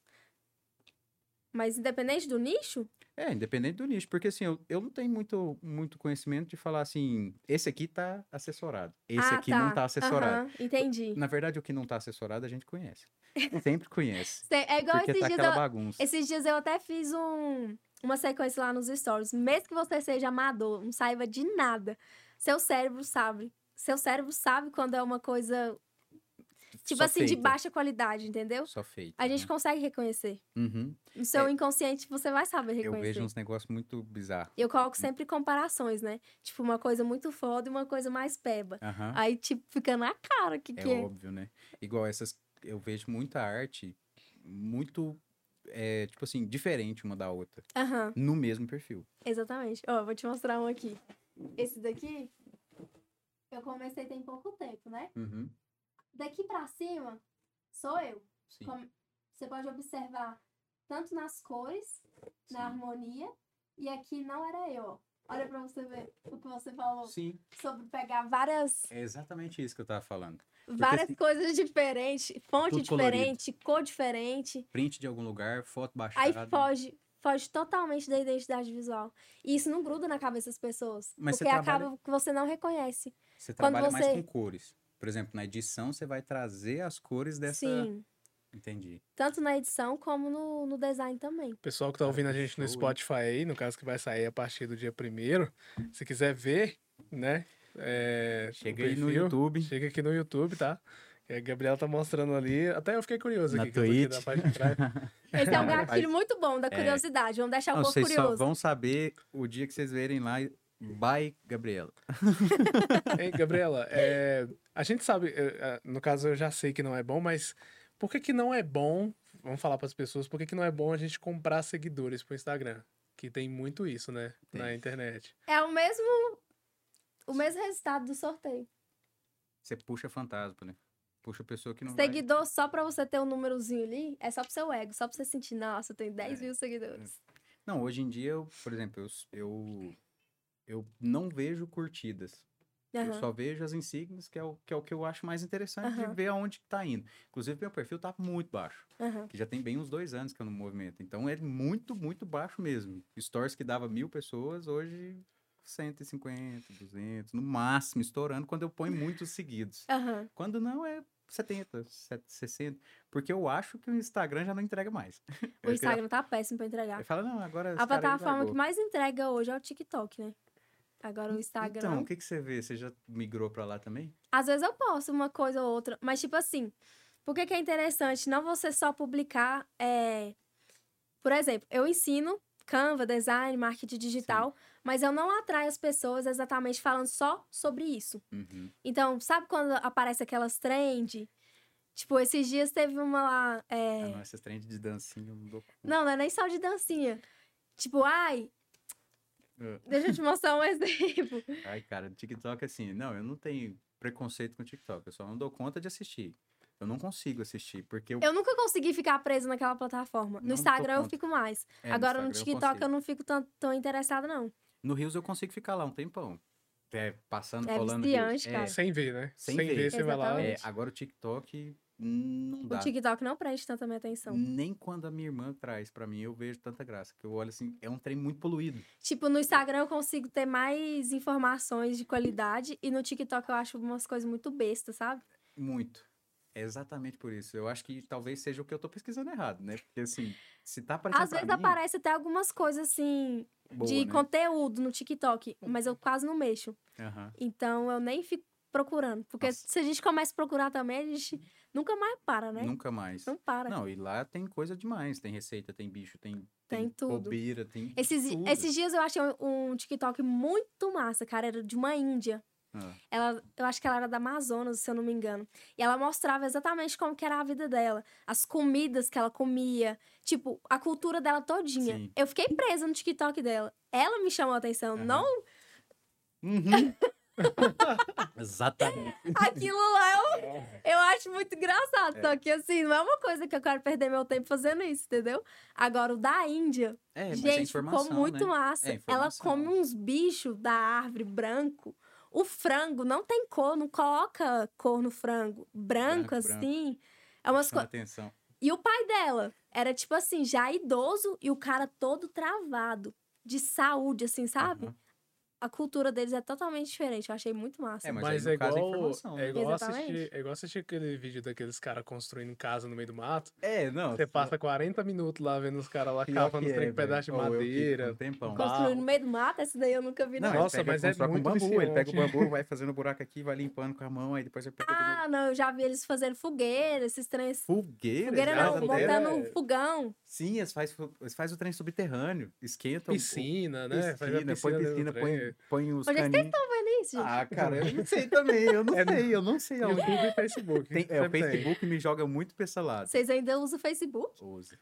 Mas independente do nicho,
É, independente do nicho, porque assim, eu, eu não tenho muito, muito conhecimento de falar assim, esse aqui tá assessorado, esse
ah,
aqui
tá.
não tá assessorado.
Aham, entendi.
Na verdade, o que não tá assessorado a gente conhece. Sempre conhece.
Cê- É igual
porque
esses
tá
dias.
aquela
Eu,
bagunça.
esses dias eu até fiz um, uma sequência lá nos stories. Mesmo que você seja amador, não saiba de nada, seu cérebro sabe. Seu cérebro sabe quando é uma coisa, tipo
Só
assim, de
feita. Uhum.
baixa qualidade, entendeu?
Só né? feito.
A gente consegue reconhecer. No seu inconsciente, você vai saber
É. Eu
reconhecer.
vejo uns negócios muito bizarros.
Eu coloco sempre comparações, né? Tipo, uma coisa muito foda e uma coisa mais peba.
Aham.
Aí, tipo, fica na cara o que
É
que é.
óbvio, né? Igual essas. Eu vejo muita arte muito. é, tipo assim, diferente uma da outra.
Aham,
No mesmo perfil.
exatamente. Ó, vou te mostrar um aqui. Esse daqui, eu comecei tem pouco tempo, né?
Uhum.
Daqui pra cima, sou eu.
Sim.
Como- Você pode observar tanto nas cores, na
Sim.
harmonia, e aqui não era eu, ó. Olha pra você ver o que você falou
Sim.
sobre pegar várias
É exatamente isso que eu tava falando.
Várias
assim,
coisas diferentes, fonte
tudo colorido.
diferente, cor diferente.
Print de algum lugar, foto baixada.
Aí foge, foge totalmente da identidade visual. E isso não gruda na cabeça das pessoas.
Mas você
porque
trabalha-
acaba que você não reconhece.
Você
quando
trabalha mais
você-
com cores. Por exemplo, na edição você vai trazer as cores dessa.
Sim.
Entendi.
Tanto na edição como no, no design também.
Pessoal que tá ouvindo a gente
show,
no
hein?
Spotify aí, no caso que vai sair a partir do dia primeiro, se quiser ver, né? é, o
Chega aí no
perfil,
YouTube.
Chega aqui no YouTube, tá? É, A Gabriela tá mostrando ali. Até eu fiquei curioso
Na
aqui, que eu tô aqui
Twitch.
na parte de trás.
Esse é um
Mas- é.
gatilho muito bom da curiosidade. Vamos deixar o
Não,
povo
Ah, vocês só
curioso.
vão saber o dia que vocês verem lá. Bye, Gabriela.
Hein, Gabriela, é, a gente sabe, é, é, no caso eu já sei que não é bom, mas por que que não é bom, vamos falar para as pessoas, por que que não é bom a gente comprar seguidores pro Instagram? Que tem muito isso, né, na
Tem.
internet.
É o mesmo. O mesmo resultado do sorteio.
Você puxa fantasma, né? Puxa a pessoa que não vai-
Seguidor, só pra você ter um númerozinho ali, é só pro seu ego, só pra você sentir, nossa, eu tenho 10
É.
mil seguidores.
Não, hoje em dia, eu, por exemplo, eu, s- eu, eu não vejo curtidas. Eu
Aham.
só vejo as insígnias, que é o que, é o que eu acho mais interessante de
Aham.
ver aonde que tá indo. Inclusive, meu perfil tá muito baixo.
aham.
Que já tem bem uns dois anos que eu não movimento. Então, é muito, muito baixo mesmo. Stories que dava mil pessoas, hoje 150, 200, no máximo, estourando, quando eu ponho muitos seguidos.
Aham.
Quando não, é 70, 70, 60. Porque eu acho que o Instagram já não entrega mais.
O Instagram tá péssimo pra entregar.
Ele fala, não, agora.
é A
os caras aí
plataforma que
largou."
mais entrega hoje é o TikTok, né? Agora o Instagram. é um
Então, o que, que você vê? Você já migrou pra lá também?
Às vezes eu posto uma coisa ou outra, mas tipo assim, por que, que é interessante não você só publicar. é, Por exemplo, eu ensino Canva, design, marketing digital, mas eu não atraio as pessoas exatamente falando só sobre isso.
Uhum.
Então, sabe quando aparece aquelas trend? Tipo, esses dias teve uma lá. é,
Ah, não, essas trends de dancinha eu não dou cu.
Não, não é nem só de dancinha. Tipo, ai.
Ah.
Deixa eu te mostrar um exemplo.
Ai, cara, TikTok assim, não, eu não tenho preconceito com TikTok, eu só não dou conta de assistir. Eu não consigo assistir, porque eu,
Eu nunca consegui ficar presa naquela
Não
plataforma. No
dou
Instagram eu
conta.
fico mais.
é, no
Agora no,
Instagram
TikTok eu,
consigo.
não fico tão, tão interessada, não.
No Rios eu consigo ficar lá um tempão. É, passando,
É
rolando. Reels.
viciante,
É,
cara.
Sem ver, né?
Sem ver.
você vai lá.
Exatamente.
é, agora o TikTok não
O
dá. Hum.
TikTok não prende tanta minha atenção.
Nem quando a minha irmã traz pra mim, eu vejo tanta graça. Que eu olho assim, é um trem muito poluído.
Tipo, no Instagram eu consigo ter mais informações de qualidade e no TikTok eu acho umas coisas muito bestas, sabe?
Muito. É exatamente por isso. Eu acho que talvez seja o que eu tô pesquisando errado, né? Porque assim, se tá aparecendo
Às
pra
vezes
mim,
aparece até algumas coisas assim
boa,
de
né?
conteúdo no TikTok, mas eu quase não mexo.
Aham.
Então eu nem fico procurando, porque
Nossa.
se a gente começa a procurar também, a gente nunca mais para, né?
Nunca mais.
Não para.
Não, e lá tem coisa demais. Tem receita, tem bicho, tem...
Tem tudo.
Bobeira, tem
Esses,
tudo.
esses dias eu achei um um TikTok muito massa, cara. Era de uma índia.
Ah.
Ela, eu acho que ela era da Amazonas, se eu não me engano. E ela mostrava exatamente como que era a vida dela. As comidas que ela comia. Tipo, a cultura dela todinha.
Sim.
Eu fiquei presa no TikTok dela. Ela me chamou a atenção.
Aham.
Não,
Uhum. Exatamente.
aquilo lá eu,
É.
eu acho muito engraçado. Só que assim, não é uma coisa que eu quero perder meu tempo fazendo isso, entendeu? Agora, o da Índia,
É, mas é
Gente,
informação,
ficou muito
né? É
massa. Ela
informação.
come uns bichos da árvore branco. O frango não tem cor, não coloca cor no frango. Branco,
Branco,
assim. É umas
Chama
coisas.
atenção.
E o pai dela era tipo assim, já idoso e o cara todo travado. De saúde, assim, sabe?
Aham.
A cultura deles é totalmente diferente. Eu achei muito massa.
É, mas,
Mas
aí,
é
no caso, é
igual,
informação.
é,
né?
igual
Exatamente.
assistir, é igual assistir aquele vídeo daqueles caras construindo casa no meio do mato.
É, não.
Você passa 40 minutos lá vendo os caras lá
pior
cavando
que
trem
é,
com pedaço de
velho. Ou eu fico
madeira.
um tempão.
Construindo no meio do mato, essa daí eu nunca vi,
Não,
não.
ele
Nossa,
pega,
mas é
constrói
muito
com bambu. Ele pega o
viciante.
bambu, vai fazendo um buraco aqui, vai limpando com a mão, aí depois você pega de novo.
Ah, não, eu já vi eles fazendo fogueira, esses trens.
Fogueira?
Fogueira
já?
já,
não,
fogueira
botando um
é-
fogão.
Sim, eles fazem eles faz o trem subterrâneo, esquentam. o-
Piscina, né?
Piscina,
Faz a
põe
dentro do
piscina,
trem.
põe, põe os
Onde é que
caninhos.
Olha isso, gente.
ah, cara, eu não sei também, eu não
É,
sei, eu não sei. aonde-
YouTube e Facebook.
Tem- é, o
sempre tem.
Facebook me joga muito pra esse lado.
Vocês ainda usam o Facebook?
Usa.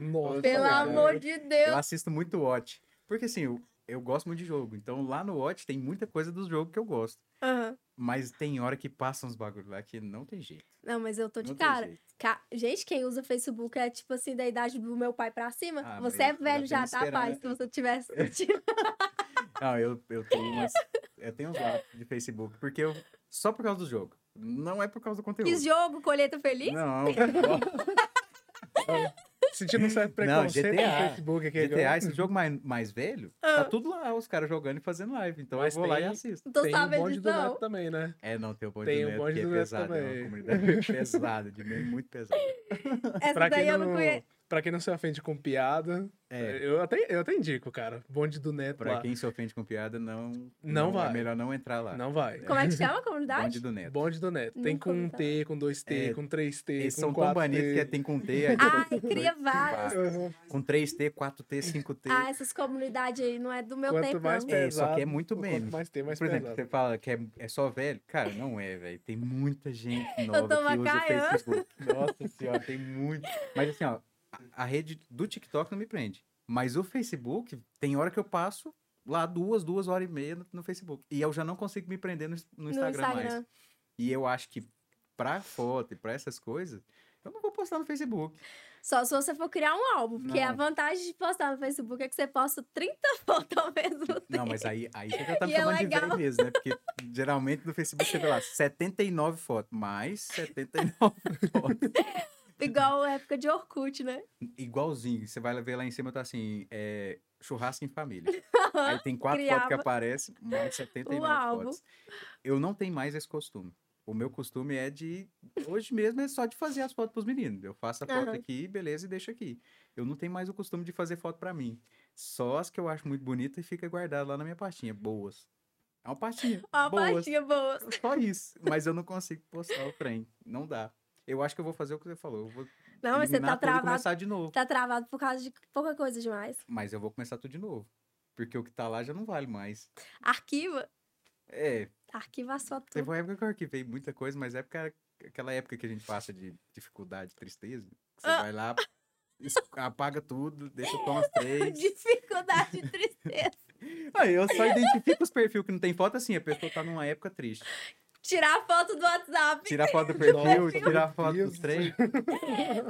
Nossa,
Pelo
cara.
amor de
Eu
Deus.
assisto muito Watch, porque assim, eu, eu gosto muito de jogo, então lá no Watch tem muita coisa dos jogos que eu gosto.
Aham.
Mas tem hora que passam uns bagulho lá que não tem jeito.
Não, mas eu tô de
não tem
cara.
jeito.
Ca- Gente, quem usa Facebook é tipo assim, da idade do meu pai pra cima.
Ah, mas
você é
eu já
velho
tenho
já,
que
tá,
esperar,
pai?
né?
Se você tivesse tipo, assistindo.
Não, eu, eu tenho umas. Eu tenho uns lápis de Facebook, porque eu. Só por causa do jogo. Não é por causa do conteúdo.
Fiz jogo, colheita feliz.
Não,
Sentindo um certo preconceito
GTA.
no Facebook aqui.
GTA,
agora.
esse jogo mais, mais velho,
Ah.
tá tudo lá, os caras jogando e fazendo live. Então
Mas
eu vou lá e
tem-
assisto.
Não tô
Tem um o
sabendo
bonde
disso,
do
não.
neto também, né?
É, não, tem o bonde do
Tem o
neto,
bonde
que é
do neto
pesado. É
também.
uma comunidade pesada, de meio muito pesada.
Essa
Pra
daí
quem,
eu
não,
não conheço.
pra quem não se ofende com piada,
É,
eu, até, eu até indico, cara. Bonde do Neto
pra
É, lá.
quem se ofende com piada, não...
Não vai.
É melhor não entrar lá.
Não vai.
Como é que chama a
Bonde
comunidade?
do neto.
Bonde do Neto. Tem
Nunca
com
ouvi
um T, com dois T,
É,
com três T,
Eles
com
são tão
quatro
banidos
T.
que é, tem com T... aí
Ai,
tem-
cria Ah, várias.
Uhum.
Com 3T, 4T, 5T.
Ah, essas comunidades aí não é do meu
Quanto
tempo,
mais
não.
É, só que é
pesado,
muito
quanto
meme.
mais T, mais
Por exemplo,
pesado.
você fala que é, é só velho. Cara, não é, velho. Tem muita gente nova
tô
que usa o
vacaiando.
Facebook. Nossa senhora, tem muito. Mas assim, ó, a- a rede do TikTok não me prende. Mas o Facebook, tem hora que eu passo lá duas, duas horas e meia no, no Facebook. E eu já não consigo me prender no, no
No
Instagram, mais.
Instagram.
E eu acho que pra foto e pra essas coisas, eu não vou postar no Facebook.
Só se você for criar um álbum. Porque
Não.
a vantagem de postar no Facebook é que você posta 30 fotos ao mesmo tempo.
Não, mas aí, aí você já tá me
E é
chamando de
legal.
velho mesmo, né? Porque geralmente no Facebook você vê lá 79 fotos, mais 79 fotos.
Igual a época de Orkut, né?
igualzinho. Você vai ver lá em cima, tá assim, é, churrasco em família. Aí tem quatro fotos que
Criava.
aparecem, mais 79
O álbum.
fotos. Eu não tenho mais esse costume. O meu costume é de. Hoje mesmo é só de fazer as fotos pros meninos. Eu faço a foto
Aham.
aqui, beleza, e deixo aqui. Eu não tenho mais o costume de fazer foto pra mim. Só as que eu acho muito bonita e fica guardada lá na minha pastinha. Boas. É uma pastinha.
Ó, a
boas.
pastinha boa.
Só isso. Mas eu não consigo postar o trem. Não dá. Eu acho que eu vou fazer o que você falou. Eu vou
Não, mas você
eliminar
tá
tudo e
travado.
começar de novo.
Tá travado por causa de pouca coisa demais.
Mas eu vou começar tudo de novo. Porque o que tá lá já não vale mais.
Arquiva.
É,
Arquiva só
teve
tudo.
uma época que eu arquivei muita coisa, mas época era aquela época que a gente passa de dificuldade, tristeza. que Você
Ah.
vai lá, es- apaga tudo, deixa eu tomar as três.
Dificuldade e tristeza.
Aí eu só identifico os perfis que não tem foto assim, a pessoa tá numa época triste.
Tirar a foto do WhatsApp.
Tira a foto do perfil,
Nossa,
tira a
meu
foto
Deus
dos
do
três,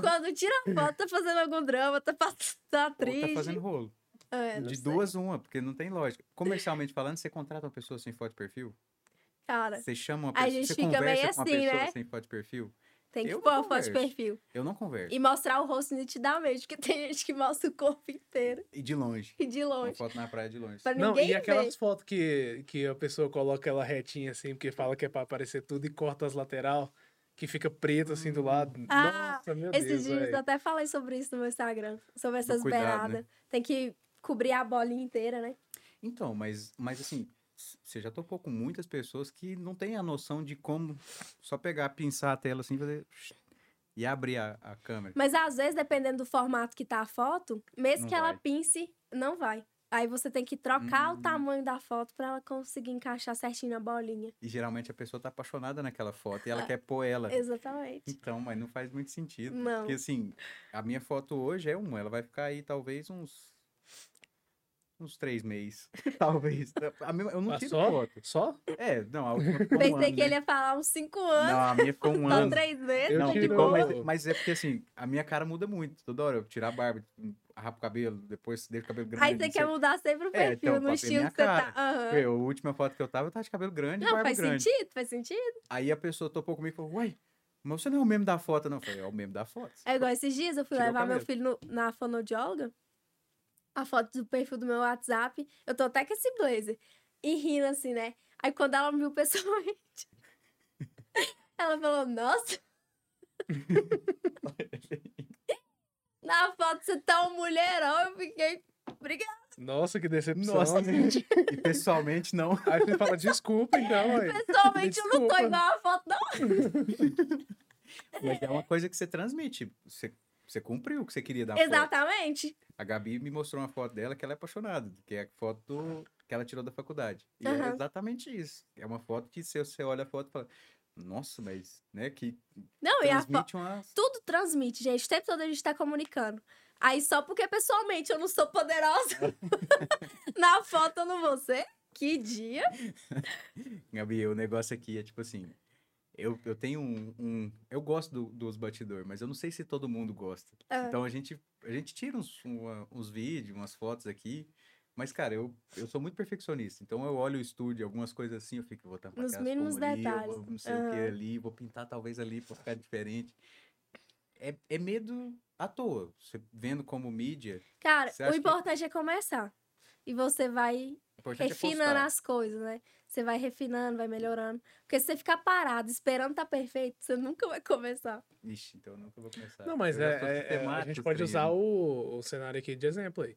Quando tira a foto, tá fazendo algum drama, tá, pass- tá
ou
triste.
tá fazendo rolo.
É, não
De
sei.
duas, uma, porque não tem lógica. Comercialmente falando, você contrata uma pessoa sem foto de perfil?
Cara,
Você chama uma
É. A
pessoa,
gente
você
fica meio
conversa com uma
assim,
pessoa
né?
sem foto de perfil?
Tem que
Eu
pôr
não
a foto de
converso.
perfil.
Eu não converso.
E mostrar o rosto nitidamente, porque tem gente que mostra o corpo inteiro
E de longe.
e de
Uma
longe.
foto na praia de longe.
Pra
Não,
ninguém
e
ver.
aquelas fotos que, que a pessoa coloca ela retinha assim, porque fala que é pra aparecer tudo e corta as lateral, que fica preto assim do lado.
Ah,
Nossa, meu
Esses
Deus.
dias
véi.
eu até falei sobre isso no meu Instagram, sobre essas
cuidado, né?
beiradas. Tem que cobrir a bolinha inteira, né?
Então, mas, mas assim, s- você já topou com muitas pessoas que não têm a noção de como só pegar, pinçar a tela assim fazer e abrir a, a câmera.
Mas às vezes, dependendo do formato que tá a foto, mesmo
Não
que ela
vai.
pince, não vai. Aí você tem que trocar o
Hum.
tamanho da foto pra ela conseguir encaixar certinho na bolinha.
E geralmente a pessoa tá apaixonada naquela foto e ela
Ah,
quer pôr ela.
Exatamente.
Então, mas não faz muito sentido.
Não.
Porque assim, a minha foto hoje é uma, ela vai ficar aí talvez uns. Uns três meses, talvez. A minha- eu não
Ah,
tiro
só?
foto.
Só?
É, não, a última ficou um
Pensei
ano,
que
né?
ele é ia falar uns cinco
Não,
anos,
a minha ficou um
só
ano.
três vezes.
Eu
Não,
tiro-
ficou, mas,
tirou.
mas é porque assim, a minha cara muda muito. Toda hora eu tirar a barba, arrapo o cabelo, depois deixo o cabelo grande.
Aí você
não
quer mudar sempre o
É,
perfil,
então,
no
pra ver
estilo
minha
que você
cara.
tá. Aham.
sei. Eu, a última foto que eu tava, eu tava de cabelo grande e
Não,
barba
faz
grande.
sentido, faz sentido.
Aí a pessoa topou comigo e falou, uai, mas você não é o mesmo da foto, não? Eu falei, é o mesmo da foto.
É igual esses dias, eu fui
Tirou o
levar meu
cabelo.
filho no- na fonoaudióloga. A foto do perfil do meu WhatsApp. Eu tô até com esse blazer. E rindo assim, né? Aí quando ela me viu pessoalmente, ela falou: Nossa! na foto você tá um mulherão. Eu fiquei. Obrigada.
Nossa, que decepção.
Nossa, gente. E pessoalmente, não.
Aí você fala, desculpa então, aí.
Pessoalmente eu não tô
desculpa.
igual a foto, não.
Mas é uma coisa que você transmite. Você, você cumpriu o que você queria da foto.
Exatamente.
A Gabi me mostrou uma foto dela que ela é apaixonada, que é a foto do- que ela tirou da faculdade. E é
Aham.
exatamente isso. É uma foto que se você olha a foto e fala, nossa, mas, né, que
Não, e a foto.
transmite uma...
Tudo transmite, gente. O tempo todo a gente tá comunicando. Aí só porque pessoalmente eu não sou poderosa, na foto eu não vou ser. Que dia.
Gabi, o negócio aqui é tipo assim. Eu, eu tenho um. um- eu gosto do- dos batidores, mas eu não sei se todo mundo gosta.
Ah.
Então a gente, a gente tira uns, uma- uns vídeos, umas fotos aqui. Mas, cara, eu, eu sou muito perfeccionista. Então eu olho o estúdio, algumas coisas assim, eu fico, vou tampar
Nos
aquelas com
mínimos
ali, eu
detalhes.
vou não sei o que
Aham.
ali, vou pintar talvez ali pra ficar diferente. É, é medo à toa. Você vendo como mídia,
Cara,
Você acha
o
que-
importante é começar. E você vai
o importante
refinando
é postar.
as coisas, né? Você vai refinando, vai melhorando. Porque se você ficar parado esperando tá perfeito, você nunca vai começar.
Ixi, então eu nunca vou começar.
Não, mas
Eu já
é,
sou
é- é- a
sistemático,
gente pode
tá
usar
ligado?
o, o cenário aqui de exemplo aí.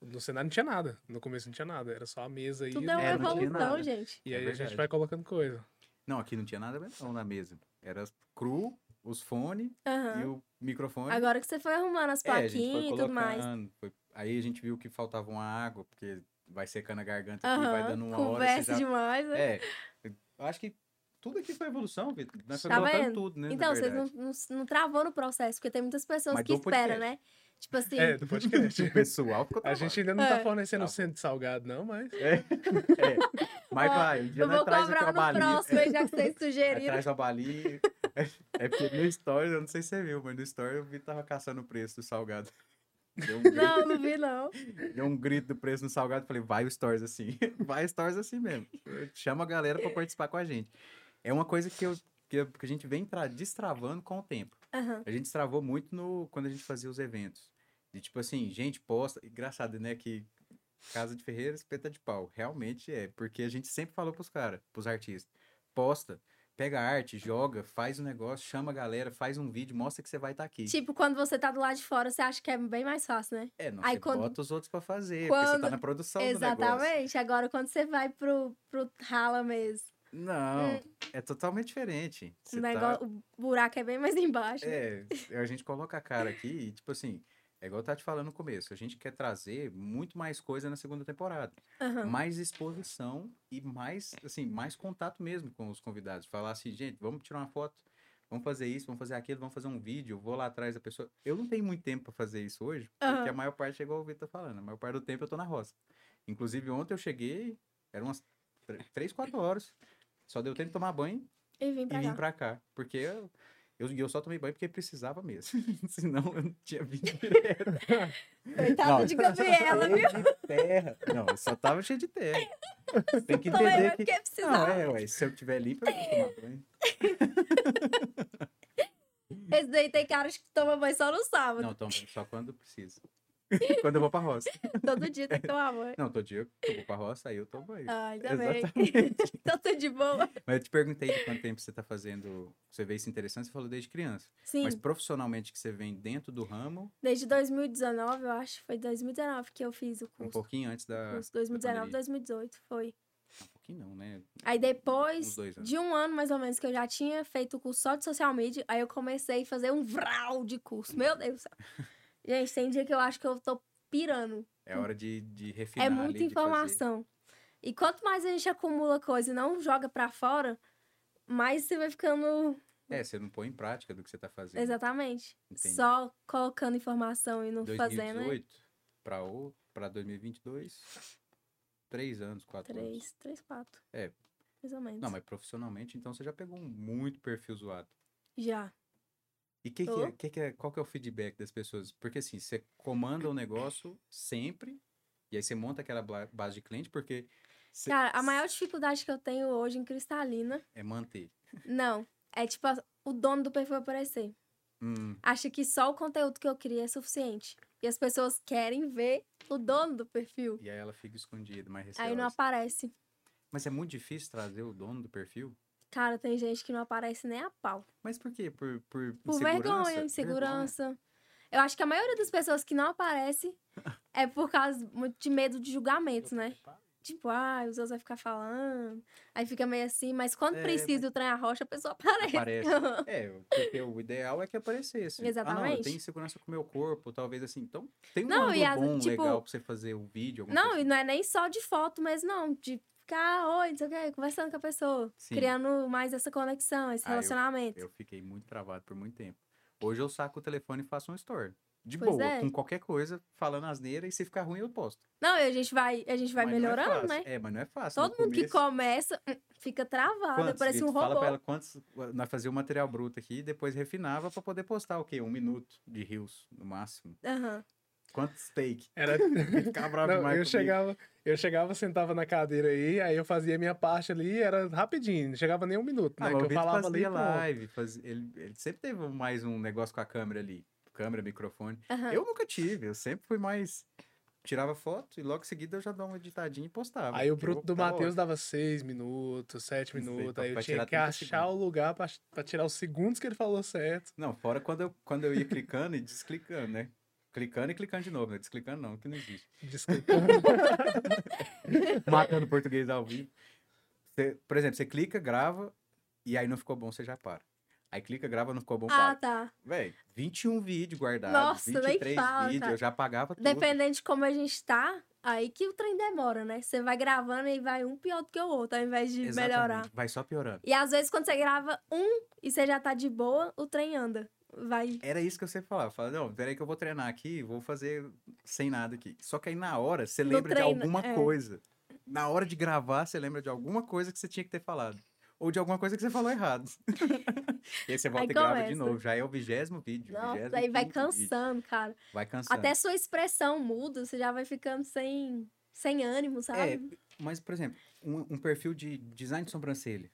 No cenário não tinha nada. No começo não tinha nada. Era só a mesa e.
Tudo é uma
É, não tinha
evolução,
nada.
gente.
E
É
aí a gente
verdade.
vai colocando coisa.
Não, aqui não tinha nada mesmo, não na mesa. Era cru, os fones
Aham.
e o microfone.
Agora que você foi arrumando as
É, a gente
plaquinhas
foi
e tudo mais.
colocando, foi- Aí a gente viu que faltava uma água, porque vai secando a garganta aqui, vai
Aham.
dando uma hora.
Conversa
Você já...
demais, né?
É, eu acho que tudo aqui foi evolução, Vitor. Nós foi
Tá
colocando
vendo?
tudo, né? na
Então, vocês
verdade.
não, não, não travou no processo, porque tem muitas pessoas
Mas
que
do podcast.
esperam, né? Tipo assim,
É, do podcast.
O pessoal ficou
A
travado.
gente ainda não tá
É.
fornecendo
Tá.
centro salgado, não, mas.
É, é. Mas
Ó,
vai, um dia
eu
nós
vou
traz aqui uma
cobrar no
balinha.
próximo, aí, já que vocês
Aí
sugeriram.
traz uma balinha. É, é porque no story, eu não sei se você viu, mas no story eu vi que tava caçando o preço do salgado. Deu um grito.
Não, não vi, não.
Deu um grito do preço no salgado falei, vai o Stories assim. vai o Stories assim mesmo. Chama a galera pra participar com a gente. É uma coisa que, eu, que, eu- que a gente vem tra- destravando com o tempo.
Aham.
A gente destravou muito no, quando a gente fazia os eventos. De tipo assim, gente posta. Engraçado, né? Que Casa de Ferreira, espeta de pau. Realmente é, porque a gente sempre falou pros caras, pros artistas. Posta, pega a arte, joga, faz o negócio, chama a galera, faz um vídeo, mostra que você vai estar aqui.
Tipo, quando você tá do lado de fora, você acha que é bem mais fácil, né?
É, não,
Aí
você
quando-
bota os outros pra fazer, porque você tá
quando-
na produção do negócio.
Exatamente. Agora, quando você vai pro, pro rala mesmo, Hum.
Não, é totalmente diferente. Você
o,
tá-
negócio, o buraco é bem mais embaixo. né?
É, a gente coloca a cara aqui e, tipo assim, é igual eu tava te falando no começo, a gente quer trazer muito mais coisa na segunda temporada.
Aham.
Mais exposição e mais, assim, mais contato mesmo com os convidados. Falar assim, gente, vamos tirar uma foto, vamos fazer isso, vamos fazer aquilo, vamos fazer um vídeo, eu vou lá atrás da pessoa. Eu não tenho muito tempo pra fazer isso hoje, porque
Aham.
a maior parte é igual o Vitor tá falando, a maior parte do tempo eu tô na roça. Inclusive, ontem eu cheguei, eram umas tre- três, quatro horas, só deu tempo de tomar banho
E vim pra
e vim
cá.
pra cá. Porque eu, eu, eu só tomei banho porque precisava mesmo. Senão eu não tinha vindo.
Coitado
Não.
de Gabriela, viu?
de terra. Não, eu só tava cheio de terra. Tem que
Também
entender
vai
que.
porque
Não,
precisava.
é, ué, se eu tiver limpo, eu vou tomar banho.
daí tem cara que toma banho só no sábado.
Não, toma, só quando precisa. quando eu vou pra roça.
Todo dia tem que tomar banho.
Não, todo dia eu vou pra roça, aí eu tomo banho.
Ah, ainda bem. então tô de boa.
Mas eu te perguntei de quanto tempo você tá fazendo. Você vê isso interessante, você falou desde criança.
Sim,
Mas profissionalmente que você vem dentro do ramo,
desde 2019, eu acho. Foi 2019 que eu fiz o
um
curso.
pouquinho antes da.
curso 2019,
pandemia.
2018, foi.
Um pouquinho não, né?
Aí
Uns
depois
dois anos.
de um ano, mais ou menos, que eu já tinha feito o curso só de social media, aí eu comecei a fazer um vral de curso. Meu Deus do céu. Gente, tem dia que eu acho que eu tô pirando.
É hora de, de refinar.
é
ali,
muita
de fazer.
informação. E quanto mais a gente acumula coisa e não joga pra fora, mais você vai ficando.
É, você não põe em prática do que você tá fazendo.
Exatamente.
Entendi.
Só colocando informação e não fazendo. né?
2018 para o para 2022, três anos, quatro anos.
Três, três, quatro.
É.
Mais ou menos.
Não, mas profissionalmente, então você já pegou um muito perfil zoado.
Já.
E que que
Tô.
é, que que é, qual que é o feedback das pessoas? Porque assim, você comanda o negócio sempre, e aí você monta aquela bla- base de cliente, porque você-
Cara, a maior dificuldade que eu tenho hoje em Cristalina,
é manter.
não. É tipo a- o dono do perfil aparecer.
Hum,
Acha que só o conteúdo que eu crio é suficiente. E as pessoas querem ver o dono do perfil.
e aí ela fica escondida, mais
Aí não
receosa.
aparece.
Mas é muito difícil trazer o dono do perfil?
Cara, tem gente que não aparece nem a pau.
Mas por quê? Por, por,
Por vergonha, insegurança. Eu acho que a maioria das pessoas que não aparece é por causa muito de medo de julgamentos, né? Tipo, ah, os outros vão ficar falando. Aí fica meio assim, mas quando
É,
precisa do trem a rocha, a pessoa aparece.
Aparece. É, porque o ideal é que aparecesse. Ah, não, eu
Exatamente.
tenho insegurança com o meu corpo, talvez assim. Então, tem um
Não,
ângulo
e as-
bom,
tipo-
legal pra você fazer um vídeo, alguma
Não,
coisa.
e não é nem só de foto, mas não, de ficar, "Ah, oi, não sei o quê, conversando com a pessoa.
assim? Sim.
Criando mais essa conexão, esse
Ah, eu-
relacionamento.
Eu fiquei muito travado por muito tempo. Hoje eu saco o telefone e faço um story. De
Pois
boa,
é.
com qualquer coisa, falando asneira, e se ficar ruim eu posto.
Não, e a gente vai, a gente vai
Mas não é
melhorando,
fácil.
né?
É, mas não é fácil.
Todo
No
mundo que
começo,
começa hum, fica travado,
quantos
parece um
vídeos?
robô.
Fala pra ela quantos. Nós fazia o material bruto aqui e depois refinava pra poder postar o quê? Um minuto de rios, no máximo.
Aham.
Quantos take?
Era...
Ficar bravo
Não,
demais
eu
comigo.
chegava, eu chegava, sentava na cadeira aí, aí eu fazia minha parte ali, era rapidinho, não chegava nem um minuto,
Ah,
né?
mas
que
o
eu
Vitor
falava ali,
fazia
lá.
live, fazia- ele, ele sempre teve mais um negócio com a câmera ali. Câmera, microfone.
É.
aham.
Eu nunca tive, eu sempre fui mais... Tirava foto e logo em seguida eu já dava uma editadinha e postava.
Aí o
porque eu
bruto do
tava-
Matheus dava seis minutos, sete
Não sei,
minutos,
pra-
aí eu
pra
tinha
tirar
que
30
achar o lugar pra, pra tirar os segundos que ele falou certo.
Não, fora quando eu, quando eu ia clicando e desclicando, né? Clicando e clicando de novo, né? Desclicando não, que não existe.
Desculpa.
Matando português ao vivo. Você- por exemplo, você clica, grava, e aí não ficou bom, você já para. Aí clica, grava, não ficou bom, para.
Ah, tá.
Véi, 21 vídeos guardados,
Nossa, nem
23
fala,
vídeos,
cara.
eu já pagava tudo.
Dependendo de como a gente tá, aí que o trem demora, né? Você vai gravando e vai um pior do que o outro, ao invés de
Exatamente,
melhorar.
Vai só piorando.
E às vezes, quando você grava um e você já tá de boa, o trem anda. Vai.
Era isso que eu sempre falava. Falava, não, peraí que eu vou treinar aqui, vou fazer sem nada aqui. Só que aí na hora você
No
lembra
treino,
de alguma
é.
coisa. Na hora de gravar, você lembra de alguma coisa que você tinha que ter falado. Ou de alguma coisa que você falou errado. e aí você volta
Aí
e grava de
começa.
novo. Já é o vigésimo vídeo.
Nossa,
25º
aí vai
vídeo.
cansando, cara.
Vai cansando.
Até sua expressão muda, você já vai ficando sem, sem ânimo,
É,
sabe?
mas, por exemplo, um, um perfil de design de sobrancelha.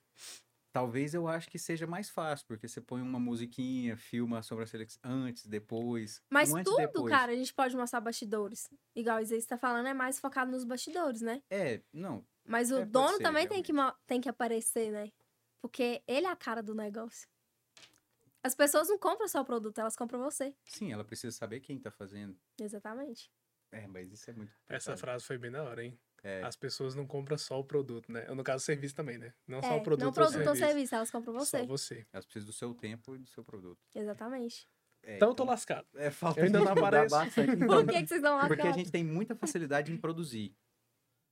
Talvez eu acho que seja mais fácil, porque você põe uma musiquinha, filma a sobrancelha antes, depois.
Mas
um antes e
tudo,
depois.
cara, a gente pode mostrar bastidores. Igual o Zé está falando, é mais focado nos bastidores, né?
É, não,
Mas o
É, pode
dono
ser,
também tem que, mo- tem que aparecer, né? Porque ele é a cara do negócio. As pessoas não compram só o produto, elas compram você.
Sim, ela precisa saber quem tá fazendo.
Exatamente.
É, mas isso é muito.
Essa
complicado.
frase foi bem da hora, hein?
É.
As pessoas não compram só o produto, né? No caso, o serviço também, né? Não só
é,
o produto,
não
ou
produto ou
serviço.
serviço, elas compram
Só
você.
você.
Elas precisam do seu tempo e do seu produto.
Exatamente.
É,
Então eu tô lascado.
É falta
Eu ainda
de
não
mudar
apareço.
bastante,
Por
então,
que, que vocês não
Porque a
lacram?
gente tem muita facilidade em produzir.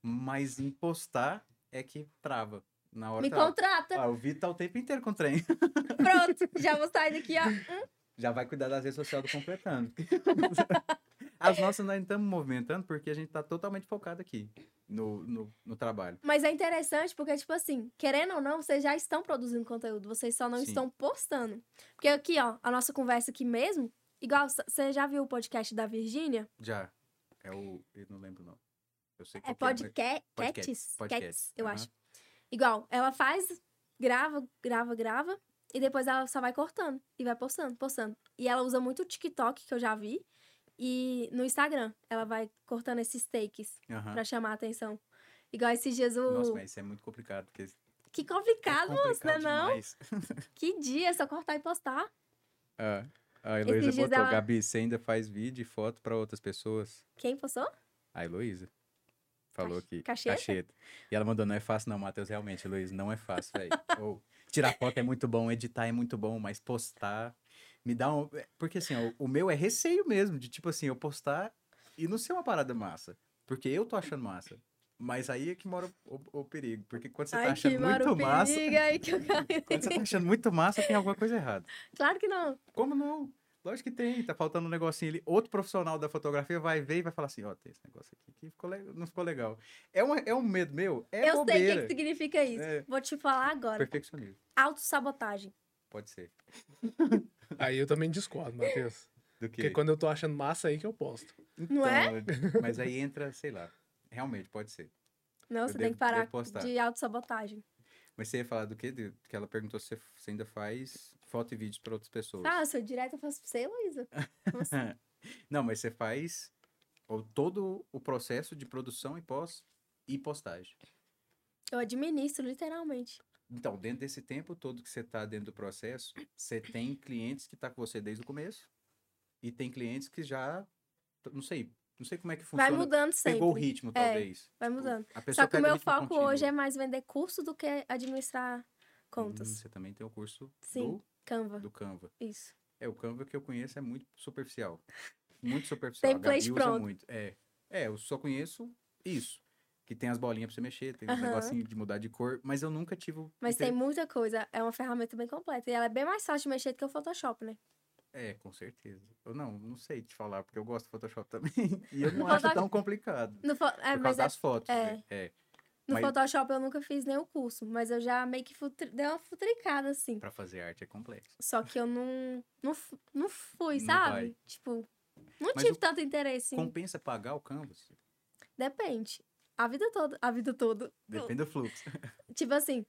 Mas em postar é que trava. Na hora
Me
trava.
contrata.
Ah, o Vitor tá o tempo inteiro com o trem.
Pronto, já vou sair daqui, ó.
Já vai cuidar das redes sociais do completando. As nossas nós não estamos movimentando porque a gente tá totalmente focado aqui no, no, no trabalho.
Mas é interessante porque, tipo assim, querendo ou não, vocês já estão produzindo conteúdo, vocês só não
Sim.
estão postando. Porque aqui, ó, a nossa conversa aqui mesmo, igual, c- você já viu o podcast da Virgínia?
Já. É o. Eu não lembro, não. Eu sei
É
qual que mas-
podcast,
Podcast,
cats,
podcast,
eu
aham.
acho. Igual, ela faz, grava, grava, grava, E depois ela só vai cortando e vai postando, postando. E ela usa muito o TikTok, que eu já vi, e no Instagram. Ela vai cortando esses takes
Aham.
pra chamar a atenção. Igual esses dias o.
Nossa, mas isso é muito complicado. Porque é
que complicado, moço, né?
complicado
Não?
demais.
Que dia, é só cortar e postar.
Ah, a
Esses
Heloísa
dias
botou,
ela-
Gabi, você ainda faz vídeo e foto pra outras pessoas?
Quem postou?
A Heloísa falou
Cach-
que...
cacheta?
E ela mandou, não é fácil não, Matheus, realmente, Heloísa, não é fácil, velho. Ou, tirar foto é muito bom, editar é muito bom, mas postar... Me dá um... Porque assim, ó, o meu é receio mesmo, de tipo assim, eu postar e não ser uma parada massa. Porque eu tô achando massa. Mas aí é que mora o, o perigo. Porque quando você tá
Ai, que
achando muito massa...
marupiga aí que eu
Quando você tá
caio.
achando muito massa, tem alguma coisa errada.
Claro que não.
Como não? Lógico que tem, tá faltando um negocinho ali. Outro profissional da fotografia vai ver e vai falar assim, ó, tem esse negócio aqui que ficou le- não ficou legal. É, uma, é um medo meu, é
eu sei o que
bobeira.
que, significa isso.
É.
Vou te falar agora.
Perfeccionismo,
Autossabotagem.
pode ser.
Aí eu também discordo, Matheus.
Do que...
Porque quando eu tô achando massa aí que eu posto.
Não é?
Então, Mas aí entra, sei lá, realmente pode ser.
Não,
Eu
você tem
devo-
que parar
devo postar.
de autossabotagem.
Mas você ia falar do quê? De- Que ela perguntou se você- você ainda faz foto e vídeo pra outras pessoas.
Ah, eu sou direta, eu faço pra você, Luísa. Como assim?
não, mas você faz ou todo o processo de produção e pós e postagem.
Eu administro, literalmente.
Então, dentro desse tempo todo que você está dentro do processo, você tem clientes que tá com você desde o começo e tem clientes que já, não sei, não sei como é que
Vai
funciona.
mudando sempre. É,
Pegou o ritmo, talvez.
vai
Tipo,
mudando.
A pessoa
Só que
pega
o
tipo
meu
ritmo
foco
contínuo.
hoje é mais vender curso do que administrar
Hum,
contas.
você também tem o curso
Sim. Canva,
Do, do Canva.
isso.
É, o Canva que eu conheço é muito superficial. Muito superficial.
Template
a Gabi usa
pronto.
muito. É. é, eu só conheço isso. Que tem as bolinhas pra você mexer, tem um
Aham.
negocinho de mudar de cor, mas eu nunca tive. o
Mas tem
interesse-
muita coisa. É uma ferramenta bem completa. E ela é bem mais fácil de mexer do que o Photoshop, né?
É, com certeza. Eu não, não sei te falar, porque eu gosto do Photoshop também. E eu não
Photoshop-
acho tão complicado.
No, fo- é,
por
mas
causa
é
das fotos.
é.
né? É.
No
Mas-
Photoshop eu nunca fiz nenhum curso, mas eu já meio que futri... dei uma futricada, assim.
Pra fazer arte é complexo.
Só que eu não, não, fu- não fui,
Não
sabe?
vai.
Tipo, não
Mas
tive
o-
tanto interesse. em-
Compensa pagar o Canvas?
Depende. A vida toda, a vida toda.
Depende do fluxo.
Tipo assim,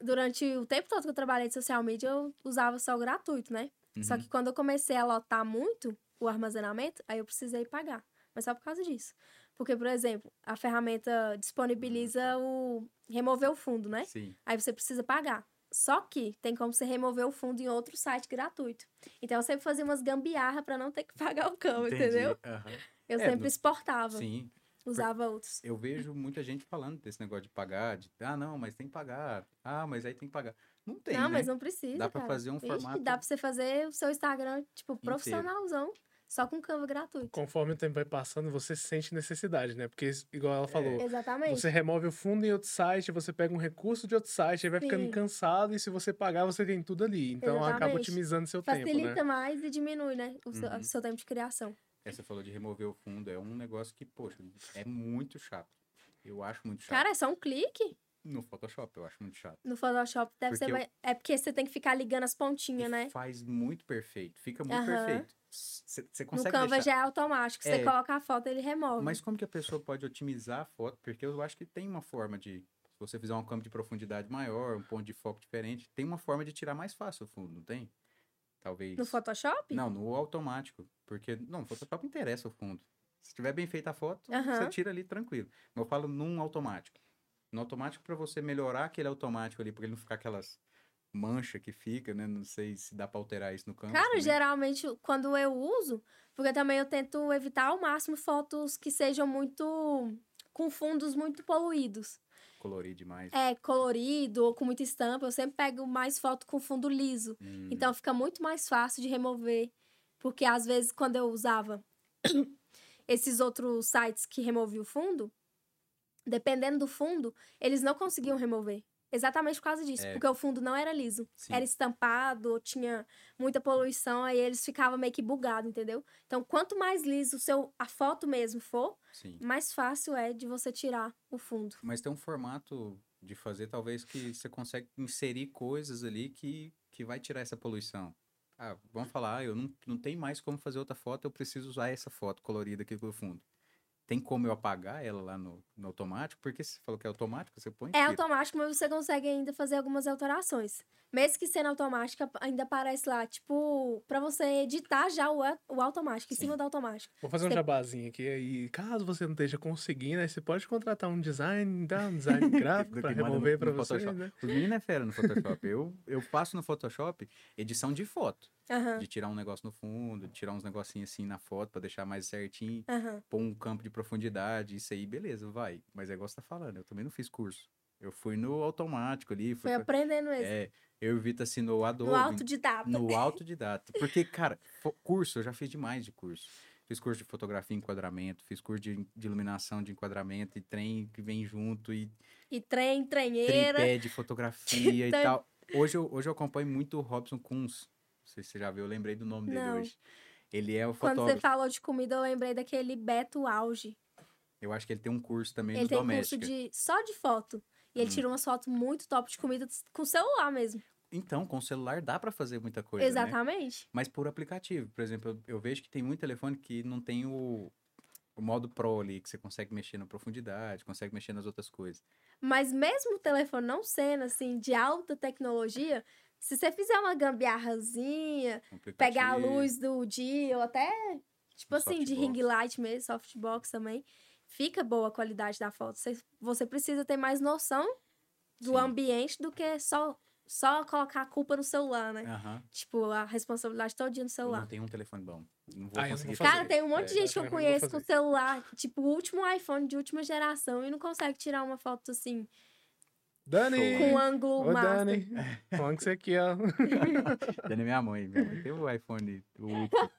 durante o tempo todo que eu trabalhei de social media, eu usava só o gratuito, né? Só
Uhum.
que quando eu comecei a lotar muito o armazenamento, aí eu precisei pagar. Mas só por causa disso. Porque, por exemplo, a ferramenta disponibiliza o remover o fundo, né?
Sim.
Aí você precisa pagar. Só que tem como você remover o fundo em outro site gratuito. Então eu sempre fazia umas gambiarra pra não ter que pagar o cão,
entendi.
entendeu? Ah,
Aham.
Eu
É,
sempre
no-
exportava,
Sim.
usava outros.
Eu vejo muita gente falando desse negócio de pagar, de ah, não, mas tem que pagar. Ah, mas aí tem que pagar. Não tem.
não,
né?
mas não precisa.
Dá pra
cara.
fazer um
Ixi,
formato.
dá pra você fazer o seu Instagram, tipo, profissionalzão, só com Canva gratuito.
Conforme o tempo vai passando, você sente necessidade, né? Porque, igual ela falou,
É, Exatamente.
Você remove o fundo em outro site, você pega um recurso de outro site, aí vai ficando
Sim.
cansado e se você pagar, você tem tudo ali. Então acaba
Exatamente.
otimizando seu
Facilita
tempo, né?
mais e diminui, né? O seu,
Uhum.
o seu tempo de criação.
É, Você falou de remover o fundo. É um negócio que, poxa, é muito chato. Eu acho muito chato.
Cara, é só um clique.
No Photoshop, eu acho muito chato.
No Photoshop deve
Porque
ser.
eu-
mais- É porque você tem que ficar ligando as
E
pontinhas, né?
Faz muito perfeito. Fica muito
Aham.
perfeito. Você
No
consegue
Canva
deixar.
já é automático. Você
É.
coloca a foto, ele remove.
Mas como que a pessoa pode otimizar a foto? Porque eu acho que tem uma forma de. Se você fizer uma câmera de profundidade maior, um ponto de foco diferente, tem uma forma de tirar mais fácil o fundo, não tem? Talvez.
No Photoshop?
Não, no automático. Porque, não, no Photoshop interessa o fundo. Se tiver bem feita a foto, você
Aham.
tira ali tranquilo. Mas eu falo num automático. No automático, para você melhorar aquele automático ali, para ele não ficar aquelas mancha que fica, né? Não sei se dá para alterar isso no Canvas.
Cara,
também.
geralmente quando eu uso, porque também eu tento evitar ao máximo fotos que sejam muito. com fundos muito poluídos.
Colorir demais.
É, colorido ou com muita estampa. Eu sempre pego mais foto com fundo liso.
Hum,
Então fica muito mais fácil de remover. Porque às vezes quando eu usava esses outros sites que removiam o fundo, dependendo do fundo, eles não conseguiam remover. Exatamente por causa disso,
É.
porque o fundo não era liso.
sim.
Era estampado, ou tinha muita poluição, aí eles ficavam meio que bugados, entendeu? Então, quanto mais liso o seu, a foto mesmo for,
sim.
mais fácil é de você tirar o fundo.
Mas tem um formato de fazer, talvez, que você consegue inserir coisas ali que, que vai tirar essa poluição. Ah, vamos falar, ah, eu não, não tenho mais como fazer outra foto, eu preciso usar essa foto colorida aqui do fundo. Tem como eu apagar ela lá no, no automático? Porque você falou que é automático, você põe.
É
tira.
automático, mas você consegue ainda fazer algumas alterações. Mesmo que sendo automática, ainda aparece lá, tipo, pra você editar já o, a- o automático, em
Sim.
cima do automático.
Vou fazer um jabazinho aqui. E caso você não esteja conseguindo, aí você pode contratar um design, dar um design gráfico
Do
pra
que manda no-
remover pra
no
você.
Photoshop.
Né?
Os meninos é fera no Photoshop. eu, eu faço no Photoshop edição de foto.
Aham,
De tirar um negócio no fundo, de tirar uns negocinhos assim na foto pra deixar mais certinho,
aham.
pôr um campo de profundidade, isso aí, beleza, vai. Mas é igual você tá falando, eu também não fiz curso. Eu fui no automático ali, fui pra-
Foi aprendendo mesmo.
É, eu evito assim no Adobe,
no autodidata.
no autodidata. Porque, cara, fo- curso, eu já fiz demais de curso. Fiz curso de fotografia e enquadramento, fiz curso de, de iluminação de enquadramento e trem que vem junto e
E trem, trenheira.
tripé de fotografia e
Titã-
tal. Hoje eu, hoje eu acompanho muito o Robson Kunz. Não sei se você já viu, eu lembrei do nome dele
Não.
hoje. Ele é o
Quando
fotógrafo.
você falou de comida, eu lembrei daquele Beto Auge.
Eu acho que ele tem um curso também
ele
no
tem
doméstico.
curso de só de foto. E ele
Hum.
tira umas fotos muito top de comida com celular mesmo.
Então, com o celular dá pra fazer muita coisa, né?
Exatamente.
mas por aplicativo. Por exemplo, eu- eu vejo que tem muito telefone que não tem o, o modo Pro ali, que você consegue mexer na profundidade, consegue mexer nas outras coisas.
Mas mesmo o telefone não sendo assim de alta tecnologia, se você fizer uma gambiarrazinha,
Um
Tá
aplicativo,
pegar a luz do dia ou até tipo
Um
assim de
softbox.
ring light mesmo, softbox também, fica boa a qualidade da foto. Você, você precisa ter mais noção do
Sim.
ambiente do que só só colocar a culpa no celular,
É.
né?
Aham.
Tipo, a responsabilidade todinha no
Eu
celular.
não tenho um telefone bom. Não vou
Ah, eu
conseguir
não Uhum. vou fazer.
Cara, tem um monte de
É,
gente que
eu
eu
também vou
conheço com
fazer.
celular, tipo, o último iPhone de última geração e não consegue tirar uma foto assim,
Dani!
com um ângulo
Ô,
massa.
Dani! Falando que você aqui, ó.
Dando minha mãe. Minha mãe tem o iPhone. O... último.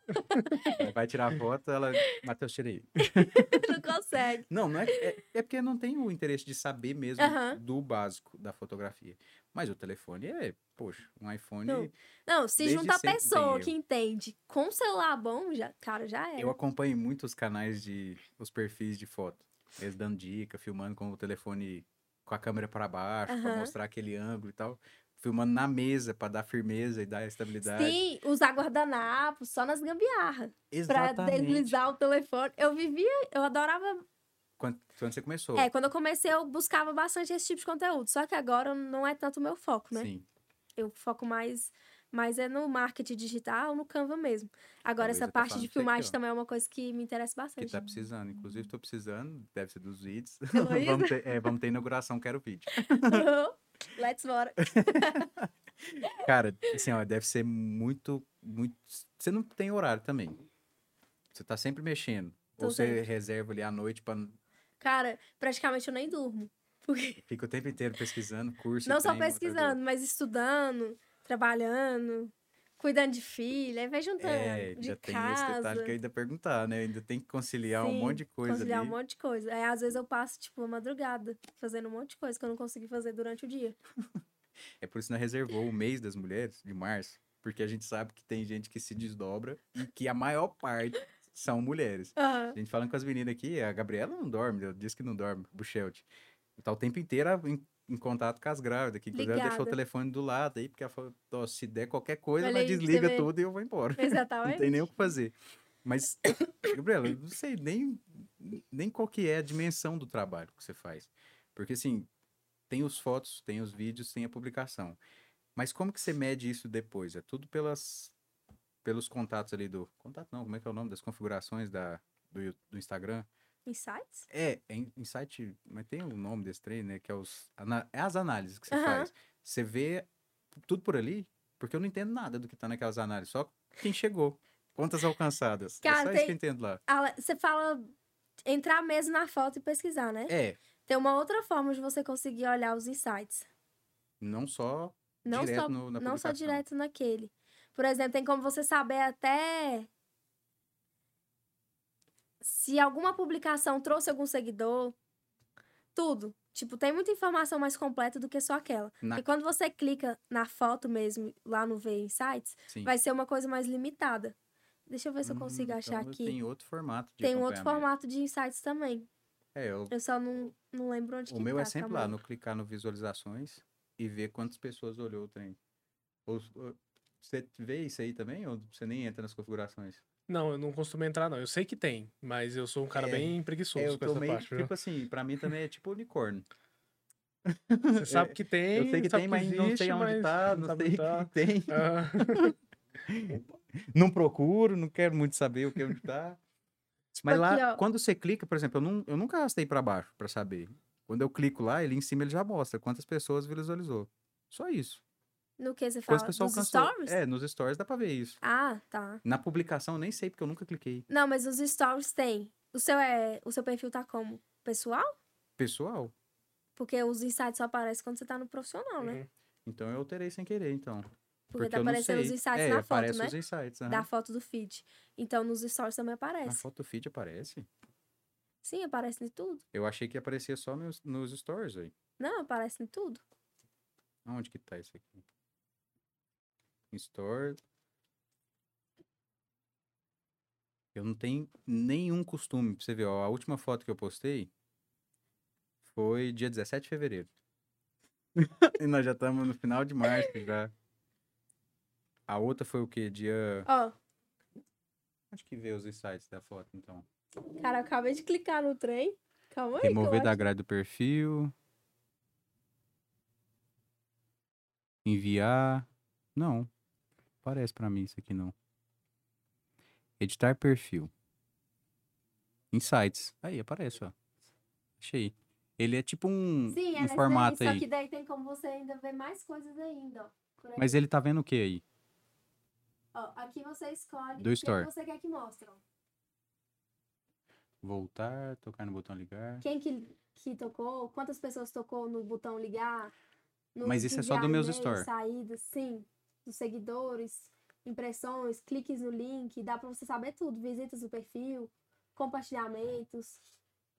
Ela vai tirar foto, ela. Matheus, tira aí.
não consegue.
Não, não é, é. é porque eu não tenho o interesse de saber mesmo
Aham.
do básico da fotografia. Mas o telefone é, poxa, um iPhone.
Não. Não, se
Desde
juntar
sempre tem
pessoa
erro.
que entende com um celular bom, já, cara, já era.
Eu acompanho muito os canais de. os perfis de foto. Eles dando dica, filmando com o telefone com a câmera para baixo, pra
Aham.
mostrar aquele ângulo e tal. Filmando na mesa pra dar firmeza e dar estabilidade.
Sim, usar guardanapo só nas gambiarras. Pra
Exatamente.
deslizar o telefone. Eu vivia, eu adorava.
Quando, quando você começou.
É, quando eu comecei, eu buscava bastante esse tipo de conteúdo. Só que agora não é tanto o meu foco, né?
Sim.
eu foco mais, mais é no marketing digital, no Canva mesmo.
Talvez
Agora,
eu
essa
tá
parte
falando
de
isso aqui,
filmagem
ó.
também é uma coisa que me interessa
Que
bastante.
tá precisando. Inclusive, tô precisando. Deve ser dos vídeos.
Heloísa?
vamos, ter, é, vamos ter inauguração, quero vídeo.
Let's bora.
Cara, assim, ó, deve ser muito, muito. Você não tem horário também. Você tá sempre mexendo.
Tô
Ou você
sempre.
reserva ali à noite pra.
Cara, praticamente eu nem durmo. Porque,
Fica o tempo inteiro pesquisando, curso. e
não só
trem, uma atrás do outro.
pesquisando, mas estudando, trabalhando, cuidando de filho, aí vai juntando.
É,
né, de
já tem esse
casa,
detalhe que eu ainda perguntar, né? Ainda tem que conciliar um
Sim,
monte de coisa
conciliar
ali.
um monte de coisa. Aí, às vezes, eu passo, tipo, a madrugada fazendo um monte de coisa que eu não consegui fazer durante o dia.
É por isso que nós reservou o mês das mulheres, de março, porque a gente sabe que tem gente que se desdobra e que a maior parte são mulheres.
Aham.
A gente falando com as meninas aqui, a Gabriela não dorme, ela diz que não dorme, Buchelt. Tá o tempo inteiro em, em contato com as grávidas, que inclusive ela deixou o
Ligada.
telefone do lado aí, porque ela falou, "Ó, se der qualquer coisa,
Olha
ela
aí, pra você
desliga
ver.
tudo e eu vou embora. Não
Exatamente.
tem nem o que fazer. Mas, Gabriela, eu não sei nem, nem qual que é a dimensão do trabalho que você faz. Porque, assim, tem os fotos, tem os vídeos, tem a publicação. Mas como que você mede isso depois? É tudo pelas, pelos contatos ali do... Contato não, como é que é o nome? Das configurações da, do, Yu- do Instagram?
Insights?
É, é in- insight... Mas tem o nome desse trem, né? Que é, os, ana- é as análises que você
Aham.
faz. Você vê tudo por ali, porque eu não entendo nada do que tá naquelas análises. Só quem chegou. Quantas alcançadas. é
Cara,
só isso que eu
tem-
entendo lá.
Ale- Ah, Você fala entrar mesmo na foto e pesquisar, né?
É,
Tem uma outra forma de você conseguir olhar os insights.
não só
Não
direto
só,
no, na
não só
publicação.
direto naquele. Por exemplo, tem como você saber até se alguma publicação trouxe algum seguidor. Tudo. Tipo, tem muita informação mais completa do que só aquela.
Na-
E quando você clica na foto mesmo, lá no Ver Insights,
Sim.
vai ser uma coisa mais limitada. Deixa eu ver se eu
Hum,
consigo achar
então
aqui.
Tem outro formato de
Tem um outro
acompanhamento.
formato de insights também.
É, eu-
Eu só não, não lembro onde
o
que
meu
tá,
é sempre
calma
lá,
aí.
no clicar no visualizações e ver quantas pessoas olhou o trem. Ou- ou- você vê isso aí também ou você nem entra nas configurações?
Não, eu não costumo entrar, não. Eu sei que tem, mas eu sou um cara
É.
bem preguiçoso
eu
com
tô
essa
meio,
parte. viu?
tipo assim, pra mim também é tipo unicórnio.
Você sabe que tem,
é, eu sei que
sabe
tem, mas não sei
existe,
onde
mas
tá, não
sabe
sei
onde
o
tá.
que tem.
Ah,
Não procuro, não quero muito saber o que onde tá. Mas lá,
aqui, ó.
quando você clica, por exemplo, eu, nun- eu nunca arrastei pra baixo pra saber. Quando eu clico lá, ele em cima ele já mostra quantas pessoas visualizou. Só isso.
No que você fala?
Quantas pessoas
Tá, Nos
alcançou.
stories?
É, nos stories dá pra ver isso.
Ah, tá.
Na publicação eu nem sei, porque eu nunca cliquei.
Não, mas nos stories tem. O seu, é... o seu perfil tá como? Pessoal?
Pessoal.
Porque os insights só aparecem quando você tá no profissional, né?
uhum.
Então eu alterei sem querer, então.
Porque, tá
eu não
aparecendo os
sei.
insights
é,
na foto,
aparece
né?
os insights. aham.
Da foto do feed. Então nos stories também
Na
aparece.
foto do feed aparece?
Sim, aparece em tudo.
Eu achei que aparecia só nos, nos stories aí.
Não, aparece em tudo.
Onde que tá isso aqui? Store. Eu não tenho nenhum costume, pra você ver, ó, a última foto que eu postei foi dia 17 de fevereiro. e nós já estamos no final de março já. A outra foi o quê? Dia...
Ó,
Onde que vê os insights da foto, então?
cara, eu acabei de clicar no trem. Calma aí. que eu
Remover
acho-
da grade do perfil. Enviar. Não. Parece pra mim isso aqui não. Editar perfil. Insights. Aí aparece, ó. Achei. Ele é tipo um,
Sim,
um
era isso
formato
daí,
aí.
Só que daí tem como você ainda ver mais coisas ainda, ó. Por aí.
Mas ele tá vendo o que aí?
Ó, aqui você escolhe
Do
o que,
story.
que você quer que mostram.
Voltar, tocar no botão ligar.
Quem que, que tocou, quantas pessoas tocou no botão ligar. no
Mas isso é só
enviar
do meus
e-mail,
story.
Saídas, sim. Dos seguidores, impressões, cliques no link. Dá pra você saber tudo. Visitas do perfil, compartilhamentos,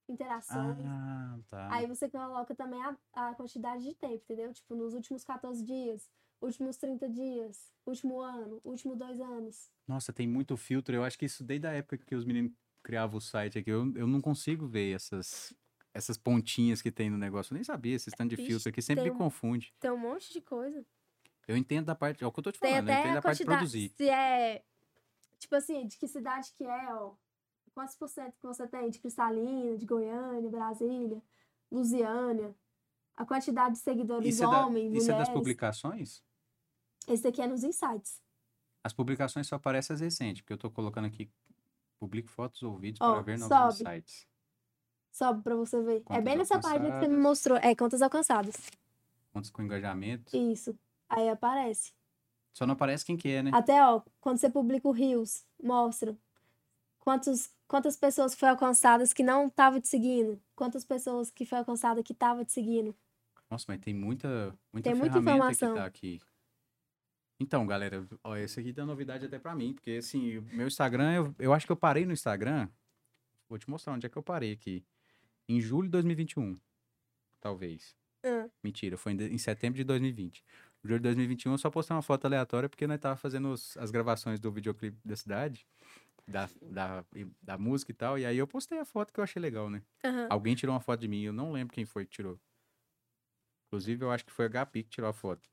interações.
Ah, tá.
Aí você coloca também a, a quantidade de tempo, entendeu? Tipo, nos últimos 14 dias, últimos 30 dias, último ano, último dois anos.
Nossa, tem muito filtro. Eu acho que isso desde a época que os meninos criavam o site aqui. Eu, eu não consigo ver essas, essas pontinhas que tem no negócio. Eu nem sabia esse tanto de
Ixi,
filtro aqui. Sempre
tem
me
um-
confunde.
Tem um monte de coisa.
Eu entendo da parte. É o que eu tô te
Tem
falando. Eu
até
entendo
a
da parte de
quantidade.
produzir.
Se é. Tipo assim, de que cidade que é, ó. Quantos por cento que você tem de Cristalina, de Goiânia, Brasília, Lusiânia. A quantidade de seguidores
Isso, é, da-
homens,
isso é das
mulheres.
publicações?
Esse daqui é nos insights.
As publicações só aparecem as recentes, porque eu tô colocando aqui. Publico fotos ou vídeos
Ó,
para ver novos
sobe.
sites.
Sobe pra você ver. é
Contas
bem nessa página que você me
alcançadas.
mostrou. É, contas alcançadas.
Contas com engajamento.
Isso. Aí aparece.
Só não aparece quem que é, né?
Até, ó, quando você publica o Rios, mostra quantos, quantas pessoas foram alcançadas que não estavam te seguindo, quantas pessoas que foi alcançada que estavam te seguindo.
Nossa, mas tem muita, muita
Tem muita
ferramenta
informação.
que tá aqui. Então, galera, ó, esse aqui dá novidade até pra mim, porque assim, o meu Instagram, eu, eu acho que eu parei no Instagram. Vou te mostrar onde é que eu parei aqui. Em julho de 2021, talvez.
Ah.
Mentira, foi em, de- em setembro de 2020. No julho de 2021 eu só postei uma foto aleatória porque nós tava fazendo os- as gravações do videoclipe da cidade, da, da, e- da música e tal, e aí eu postei a foto que eu achei legal, né? Alguém tirou uma foto de mim, eu não lembro quem foi que tirou. Inclusive, eu acho que foi a HP que tirou a foto.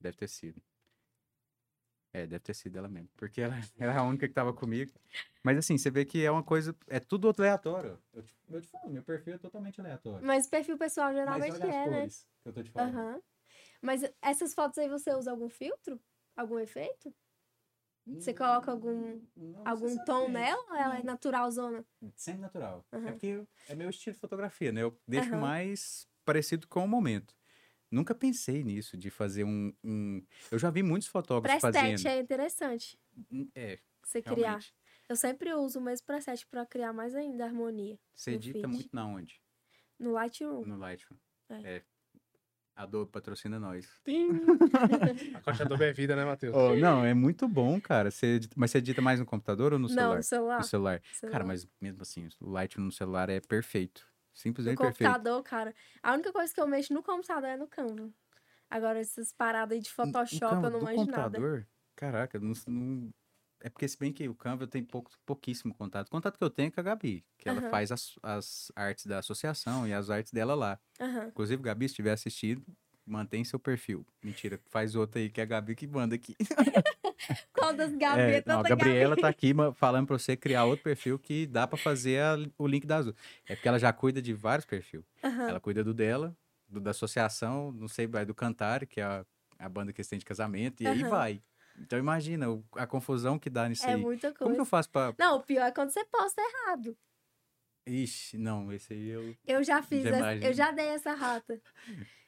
Deve ter sido. É, deve ter sido ela mesmo. Porque ela era a única que tava comigo. Mas assim, você vê que é uma coisa. É tudo aleatório. Eu te, eu te falo, meu perfil é totalmente aleatório.
Mas perfil pessoal
Mas
geralmente
olha as
é, né?
cores que eu tô te falando.
Aham. Mas essas fotos aí você usa algum filtro? Algum efeito? Você coloca algum,
Não
algum tom
necessariamente.
nela ou ela é
Não.
natural zona?
Sempre natural.
Aham.
É porque eu- é meu estilo de fotografia, né? Eu deixo
Aham.
mais parecido com o momento. Nunca pensei nisso, de fazer um. um- Eu já vi muitos fotógrafos
Preset
fazendo.
é interessante
Hum, É,
você criar.
realmente.
Eu sempre uso o mesmo preset pra criar mais ainda harmonia
Você
no
edita
um feed.
muito na onde?
no Lightroom.
No Lightroom.
É.
É. Adobe patrocina nós.
Tim. A coxa Adobe é vida, né, Matheus?
Oh, não, é muito bom, cara. Você edita- Mas você edita mais no computador ou no
Não,
celular?
no celular.
No celular. Cara,
celular.
mas mesmo assim, o Lightroom no celular é perfeito.
No
Simplesmente perfeito.
computador, cara. A única coisa que eu mexo no computador é no Canva. Agora, essas paradas aí de
N- o
Photoshop,
um, Canva
eu não
do
manjo nada.
computador, Caraca, não, não- É porque se bem que o Canva eu tenho pouco, pouquíssimo contato. O contato que eu tenho é com a Gabi, que ela
Aham.
faz as, as artes da associação e as artes dela lá.
Aham.
Inclusive, Gabi, se tiver assistido, mantém seu perfil. Mentira, faz outro aí que é a Gabi que manda aqui.
Qual das
É,
gavetas?
não, a
da
Gabriela tá aqui ma- falando pra você criar outro perfil que dá pra fazer a- o link da Azul. É porque ela já cuida de vários perfis.
Aham.
Ela cuida do dela, do da associação, não sei, vai do Cantar, que é a, a banda que eles têm de casamento, e aí
Aham.
vai. Então imagina o- a confusão que dá nisso
É
aí.
muita
Como
coisa.
que eu faço pra.
Não, o pior é quando você posta errado.
Ixi, não, esse aí eu.
Eu já fiz,
Já
essa-
imagino.
eu já dei essa rata.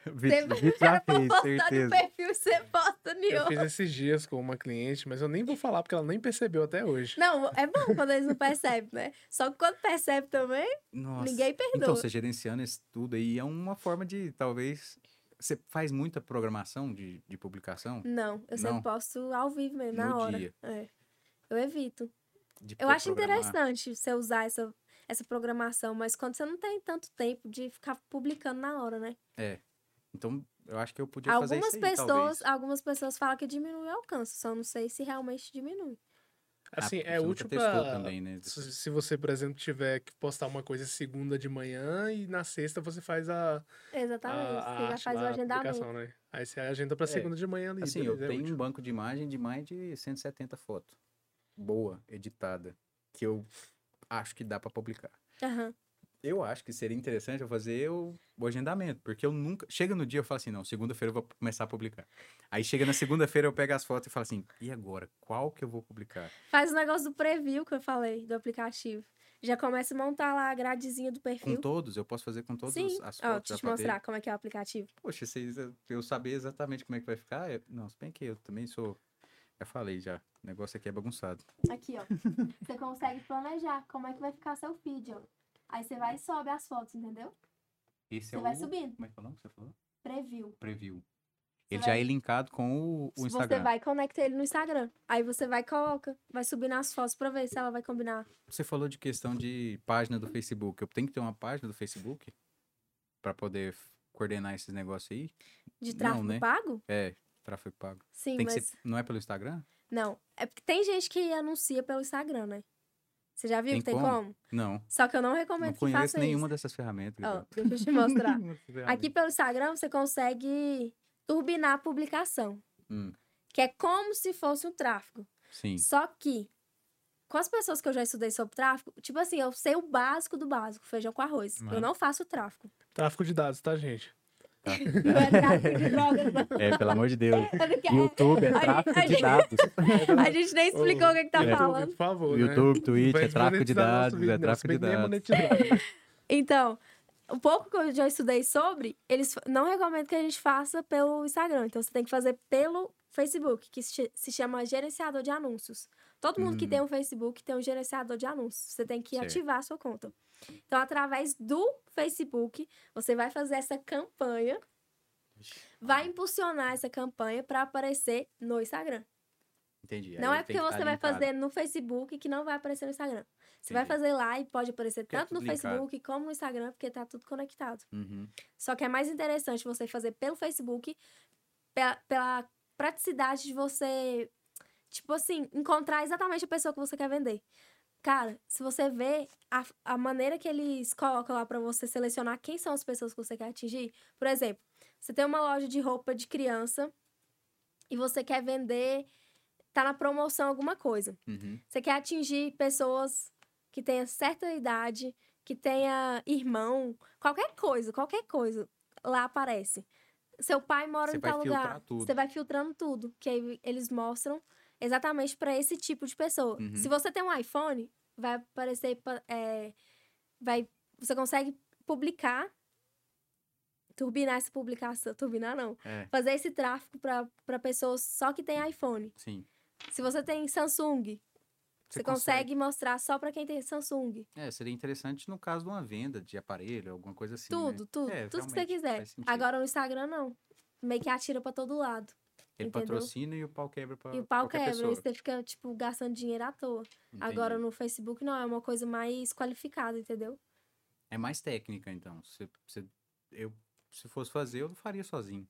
Vitor,
Você-
Vitor já
Era pra
fez,
postar no
certeza.
perfil e você posta em
Eu
outro.
fiz esses dias com uma cliente, mas eu nem vou falar porque ela nem percebeu até hoje.
Não, é bom quando eles não percebem, né? Só que quando percebe também,
Nossa.
ninguém perdoa.
Então, você gerenciando isso tudo aí é uma forma de, talvez. Você faz muita programação de, de publicação?
Não,
Não.
eu sempre posto ao vivo mesmo,
No
na hora.
dia.
É. Eu evito.
De
Eu
pro-
acho
programar?
interessante você usar essa, essa programação, mas quando você não tem tanto tempo de ficar publicando na hora, né?
Então, eu acho que eu podia fazer
algumas
isso aí,
pessoas,
talvez.
algumas pessoas falam que diminui o alcance, só não sei se realmente diminui.
Ah,
Assim,
porque
é
você nunca
útil
testou
pra...
também, né?
Se se você, por exemplo, tiver que postar uma coisa segunda de manhã e na sexta você faz a, a,
Ah,
Exatamente.
a
você já
arte
faz o
lá, a
agendamento.
publicação, né? Aí você agenda pra
É.
segunda de manhã ali.
Assim, eu
beleza, é
tenho
útil.
um banco de imagem de mais de 170 fotos. Boa, editada. Que eu acho que dá pra publicar.
Aham.
Eu acho que seria interessante eu fazer o, o agendamento, porque eu nunca. Chega no dia eu falo assim, não, segunda-feira eu vou começar a publicar. Aí chega na segunda-feira eu pego as fotos e falo assim, e agora? Qual que eu vou publicar?
Faz o negócio do preview que eu falei, do aplicativo. Já começa a montar lá a gradezinha do
Com
perfil.
todos? Eu posso fazer com todas
Sim.
as fotos?
Ó, deixa eu
já tá pra
te
ver?
mostrar como é que é o aplicativo.
Poxa, vocês, eh, eu saber exatamente como é que vai ficar. eu- não, se bem que eu também sou. Já falei já. O negócio aqui é bagunçado.
Aqui, ó. Você consegue planejar como é que vai ficar seu feed, ó. Aí você vai e sobe as fotos, entendeu?
Esse
Você
é
vai
o.
subindo.
Como é que é o nome que você falou?
Preview.
Preview. Ele
vai-
já é linkado com o, o Instagram.
Você vai e conecta ele no Instagram. Aí você vai e coloca. Vai subindo as fotos pra ver se ela vai combinar.
Você falou de questão de página do Facebook. Eu tenho que ter uma página do Facebook para poder f- coordenar esses negócios aí?
De
Não,
tráfego
né?
pago?
É, tráfego pago.
Sim,
Tem que
mas.
ser- não é pelo Instagram?
Não. É porque tem gente que anuncia pelo Instagram, né? Você já viu
Tem
que tem
como?
como?
Não.
Só que eu não recomendo
Não
é que
conheço
faça
nenhuma
isso.
dessas ferramentas.
Ó,
Gabriel.
deixa eu te mostrar.
Nenhuma dessas ferramentas.
Aqui pelo Instagram você consegue turbinar a publicação.
Hum.
Que é como se fosse um tráfego.
Sim.
Só que, com as pessoas que eu já estudei sobre tráfico, tipo assim, eu sei o básico do básico, feijão com arroz.
Mano.
Eu não faço tráfico.
Tráfico de dados, tá, gente?
Não é tráfico de drogas, não.
É, pelo amor de Deus.
Eu não quero-
YouTube é
A gente-
tráfego
a
de
gente-
dados.
A gente nem explicou o que, que tá
YouTube,
falando.
Por favor, né?
YouTube, Twitch,
Vai
é tráfico de
desmonetizar nosso
dados,
vídeo,
é
né? Se
tráfico de
bem que nem é
dados.
monetizado.
Então, o pouco que eu já estudei sobre, eles fa- não recomendam que a gente faça pelo Instagram. Então, você tem que fazer pelo Facebook, que se ch- se chama gerenciador de anúncios. Todo mundo que
Hum.
tem um Facebook tem um gerenciador de anúncios. Você tem que
Certo.
ativar a sua conta. Então, através do Facebook, você vai fazer essa campanha, vai impulsionar essa campanha para aparecer no Instagram.
Entendi.
não
aí
é
tem
porque
que
você
tá
vai
linkado.
fazer no Facebook que não vai aparecer no Instagram. Você vai
Entendi.
fazer lá e pode aparecer
é
tanto
tudo
no
linkado.
Facebook como no Instagram, porque tá tudo conectado.
Uhum.
Só que é mais interessante você fazer pelo Facebook, pela, pela praticidade de você, tipo assim, encontrar exatamente a pessoa que você quer vender. Cara, se você vê a, a maneira que eles colocam lá pra você selecionar quem são as pessoas que você quer atingir, por exemplo, você tem uma loja de roupa de criança e você quer vender, tá na promoção alguma coisa.
Uhum.
Você quer atingir pessoas que tenha certa idade, que tenha irmão, qualquer coisa, qualquer coisa lá aparece. Seu pai mora
Você
em
vai
tal
filtrar
lugar.
tudo.
Você vai filtrando tudo, que aí eles mostram exatamente para esse tipo de pessoa.
Uhum.
Se você tem um iPhone, vai aparecer pa- é, vai você consegue publicar turbinar essa publicação, turbinar não,
É,
fazer esse tráfego para pessoas só que tem iPhone.
sim.
Se você tem Samsung, você consegue, mostrar só pra quem tem Samsung.
É, seria interessante no caso de uma venda de aparelho, alguma coisa assim. né?
tudo, tudo.
É,
tudo que você
realmente,
quiser.
faz sentido.
Agora no Instagram, não. Meio que atira pra todo lado.
Ele
entendeu?
patrocina e o pau quebra para
e o pau
qualquer
quebra. E
pessoa.
você fica, tipo, gastando dinheiro à toa.
Entendi.
Agora no Facebook, não. É uma coisa mais qualificada, entendeu?
É mais técnica, então. Se, se, eu, se fosse fazer, eu não faria sozinho.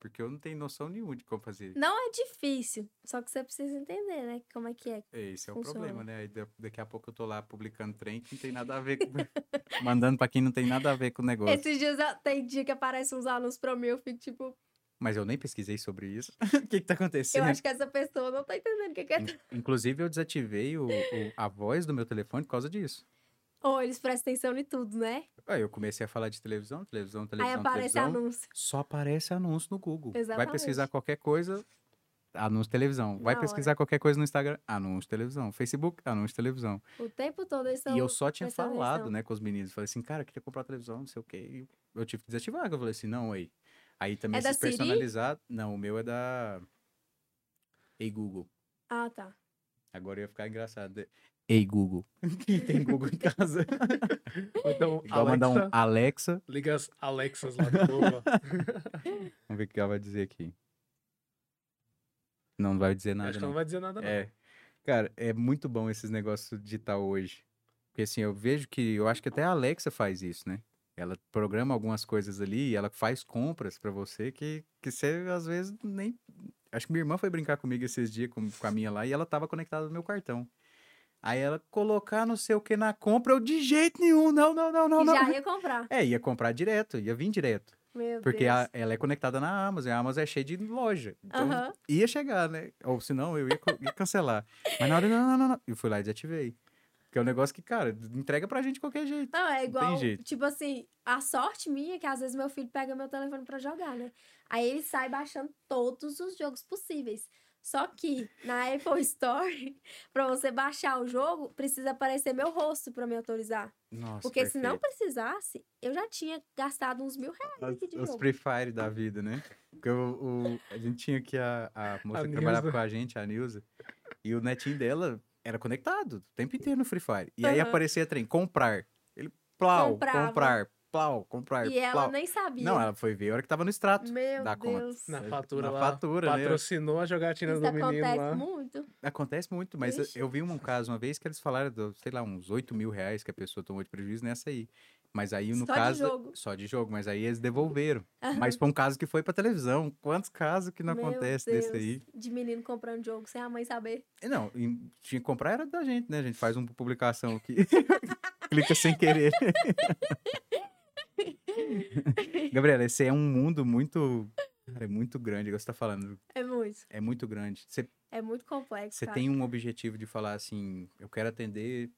Porque eu não tenho noção nenhuma de como fazer.
Não é difícil. Só que você precisa entender, né? Como é que é.
Esse é o
Funciona.
problema, né? Aí da- daqui a pouco eu tô lá publicando trem que não tem nada a ver com. Mandando pra quem não tem nada a ver com o negócio.
Esses dias eu- tem dia que aparece uns anúncios pra mim. Eu fico, tipo,
Mas eu nem pesquisei sobre isso. O que, que tá
Eu
acontecendo?
acho que essa pessoa não tá entendendo o que, que é.
Inclusive, eu desativei o- o- a voz do meu telefone por causa disso.
Ou eles prestam atenção em tudo, né?
Aí eu comecei a falar de televisão, televisão,
Aí
televisão,
aparece
televisão.
anúncio.
Só aparece anúncio no Google. Vai
Exatamente.
pesquisar qualquer coisa, anúncio de televisão. Vai
Na
pesquisar qualquer coisa no Instagram, anúncio de televisão. Facebook, anúncio de televisão.
O tempo todo eles estão.
e eu só tinha
prestando
falado,
Então, atenção.
né, com os meninos. Falei assim, cara, eu queria comprar televisão, não sei o quê. E eu tive que desativar. que Eu falei assim, não, aí. Aí também
É da
esses
Siri?
personalizados. Não, o meu é da. Ei, Google.
Ah, tá.
Agora ia ficar engraçado. Ei, Google. Quem tem Google em casa?
Ou então,
Igual mandar um
Alexa,
Alexa.
liga as Alexas lá do Google.
Vamos ver o que ela vai dizer aqui. Não vai dizer nada.
Acho que ela
não.
não vai dizer nada, não.
É. Cara, é muito bom esses negócios digital hoje. Porque assim, eu vejo que eu acho que até a Alexa faz isso, né? Ela programa algumas coisas ali e ela faz compras pra você que, que você às vezes nem. Acho que minha irmã foi brincar comigo esses dias com, com a minha lá e ela tava conectada no meu cartão. Aí ela colocar não sei o que na compra, eu de jeito nenhum, não, não, não, não,
e
não.
já ia comprar.
É, ia comprar direto, ia vir direto.
Meu
Porque
Deus.
a- ela é conectada na Amazon, e a Amazon é cheia de loja. Então,
Aham.
ia chegar, né? Ou senão eu ia, co- ia cancelar. Mas na hora, não, não, não, não. Eu fui lá e desativei. Que é um negócio que, cara, entrega pra gente de qualquer jeito.
Não, é igual,
jeito.
tipo assim, a sorte minha é que às vezes meu filho pega meu telefone pra jogar, né? Aí ele sai baixando todos os jogos possíveis. Só que na Apple Store, pra você baixar o jogo, precisa aparecer meu rosto pra me autorizar.
Nossa,
Porque se não
perfeito.
precisasse, eu já tinha gastado uns mil reais aqui de
As- Os
jogo.
Free Fire da vida, né? Porque o, o- a gente tinha aqui a, a moça
A
que trabalhava
Nilza.
com a gente, a Nilza, e o netinho dela era conectado o tempo inteiro no Free Fire. E aí
Aham.
aparecia trem, comprar. Ele, plau,
Comprava.
comprar, plau, comprar,
E ela
plau.
nem sabia.
Não, ela foi ver a hora que tava no extrato.
Meu
dá conta.
Deus.
Na
É,
fatura
na
lá.
fatura, né?
patrocinou a jogatina
Isso
do menino
acontece
lá.
muito.
Acontece muito, mas eu-
Ixi.
eu vi um caso uma vez que eles falaram, do, sei lá, uns 8 mil reais que a pessoa tomou de prejuízo nessa aí. Mas aí, no
Só de
caso.
jogo.
Só de jogo, mas aí eles devolveram. Mas foi um caso que foi pra televisão. Quantos casos que não
Meu
acontece desse
Deus,
aí?
De menino comprando jogo sem a mãe saber.
E Não, e tinha que comprar era da gente, né? A gente faz uma publicação aqui. Clica sem querer. Gabriela, esse é um mundo muito. Cara, é muito grande, igual você tá falando.
É muito.
É muito grande. Você
É muito complexo.
Você
cara.
tem um objetivo de falar assim, eu quero atender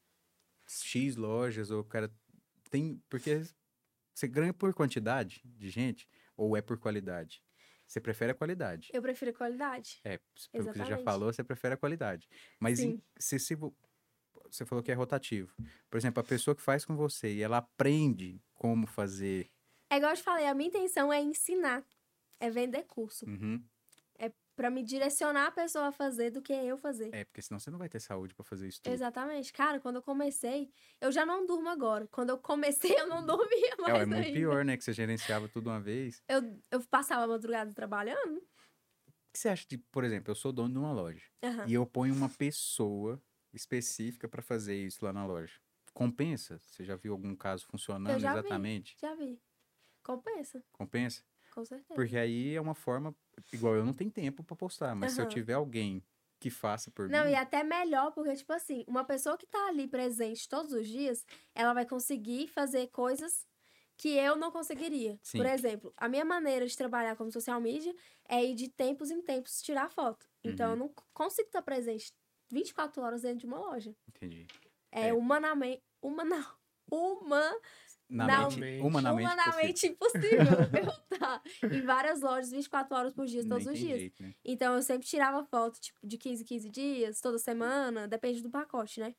X lojas, ou eu quero. Tem. Porque você ganha por quantidade de gente, ou é por qualidade? Você prefere a qualidade.
Eu prefiro a qualidade.
É, pelo que você já
Exatamente.
falou, você prefere a qualidade. Mas em- se, se vo- você falou que é rotativo. Por exemplo, a pessoa que faz com você e ela aprende como fazer.
É igual eu te falei, a minha intenção é ensinar, é vender curso,
Uhum.
Pra me direcionar a pessoa a fazer do que eu fazer.
É, porque senão você não vai ter saúde pra fazer isso tudo.
Exatamente. Cara, quando eu comecei, eu já não durmo agora. Quando eu comecei, eu não dormia
É,
mais
é muito
ainda.
pior, né? Que você gerenciava tudo uma vez.
Eu, eu passava a madrugada trabalhando.
O que você acha de, por exemplo, eu sou dono de uma loja
Aham.
e eu ponho uma pessoa específica pra fazer isso lá na loja? Compensa? Você já viu algum caso funcionando
já vi.
exatamente?
Já vi. Compensa,
Compensa?
com certeza.
Porque aí é uma forma igual eu não tenho tempo pra postar, mas se eu
Aham.
tiver alguém que faça por
Não,
mim,
e até melhor, porque, tipo assim, uma pessoa que tá ali presente todos os dias, ela vai conseguir fazer coisas que eu não conseguiria.
Sim.
Por exemplo, a minha maneira de trabalhar como social media é ir de tempos em tempos tirar foto. Então,
Uhum.
eu não c- consigo estar presente 24 horas dentro de uma loja.
entendi.
É,
É. humanamente...
Uma, não. Uma,
Na
Não.
mente,
Humanamente.
humanamente,
humanamente impossível. eu tá em várias lojas 24 horas por dia,
possível.
todos
Nem
os
tem
dias.
jeito, né?
Então, eu sempre tirava foto, tipo, de 15 em 15 dias, toda semana, depende do pacote, né?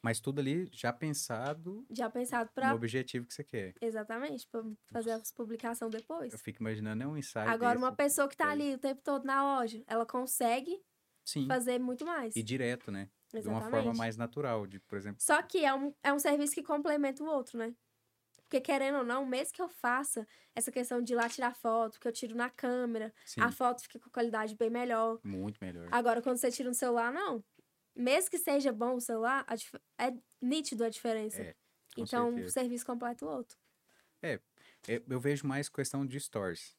Mas tudo ali já pensado
Já pensado pra.
no objetivo que você quer.
Exatamente, pra fazer as publicação depois.
Eu fico imaginando é um ensaio
Agora, uma
desse.
pessoa que tá
ideia.
ali o tempo todo na loja, ela consegue
é. Sim,
fazer muito mais.
e direto, né? De uma
Exatamente.
forma mais natural, de, por exemplo,
Só que é um, é um serviço que complementa o outro, né? Porque, querendo ou não, mesmo que eu faça essa questão de ir lá tirar foto, que eu tiro na câmera,
sim,
a foto fica com qualidade bem melhor.
muito melhor.
Agora, quando você tira no celular, não. Mesmo que seja bom o celular, a dif- é nítido a diferença.
É, com
então, um
certeza.
serviço completa o outro.
Eu, É, eu vejo mais questão de stories.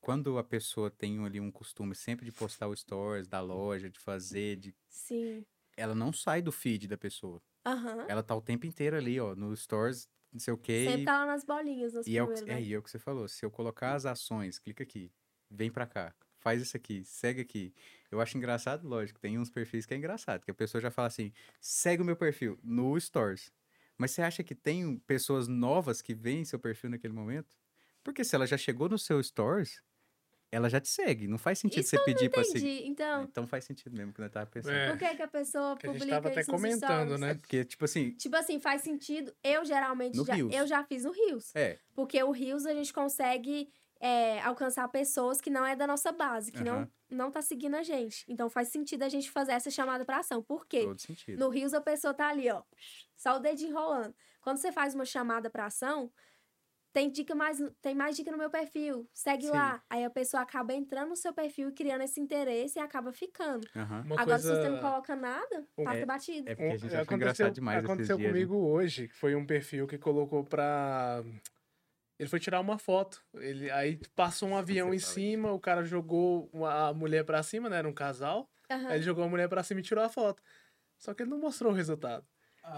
Quando a pessoa tem ali um costume sempre de postar o stories da loja, de fazer, de...
Sim.
ela não sai do feed da pessoa.
Aham.
Ela tá o tempo inteiro ali, ó, no stories, não sei o quê.
Sempre
e-
tá lá nas bolinhas, nos
E é o,
primeiros,
que, é,
né?
e é o que você falou. Se eu colocar as ações, clica aqui. vem pra cá, faz isso aqui, segue aqui. Eu acho engraçado, lógico, tem uns perfis que é engraçado, que a pessoa já fala assim, segue o meu perfil no Stories. Mas você acha que tem pessoas novas que veem seu perfil naquele momento? Porque se ela já chegou no seu Stories, ela já te segue. Não faz sentido
Isso
você pedir pra seguir.
Entendi. Então,
Então faz sentido mesmo que eu tava pensando.
É.
por que, que a pessoa
Que a gente
publica
tava até
isso nos
comentando,
stories?
É
né?
porque, tipo assim,
Tipo assim, faz sentido. Eu geralmente
No
já,
Reels.
eu já fiz no Rios.
é,
Porque o Rios a gente consegue é, alcançar pessoas que não é da nossa base, que
Aham.
não, não tá seguindo a gente. Então faz sentido a gente fazer essa chamada pra ação. Por quê?
todo sentido.
No Rios a pessoa tá ali, ó, só o dedinho rolando. Quando você faz uma chamada pra ação, tem dica mais, tem mais dica no meu perfil, segue
Sim.
lá. Aí a pessoa acaba entrando no seu perfil e criando esse interesse e acaba ficando.
Aham.
Uma
Agora,
coisa...
se você não coloca nada,
Um-
passa
É-
batido.
É porque a gente
Um-
acha engraçado demais esses
Aconteceu
dias. né?
comigo hoje, que foi um perfil que colocou pra. Ele foi tirar uma foto. Ele, aí passou um avião
Você
em
fala
cima, o cara jogou uma- a mulher pra cima, né? Era um casal.
é,
Aham.
Aí ele jogou a mulher pra cima e tirou a foto. Só que ele não mostrou o resultado.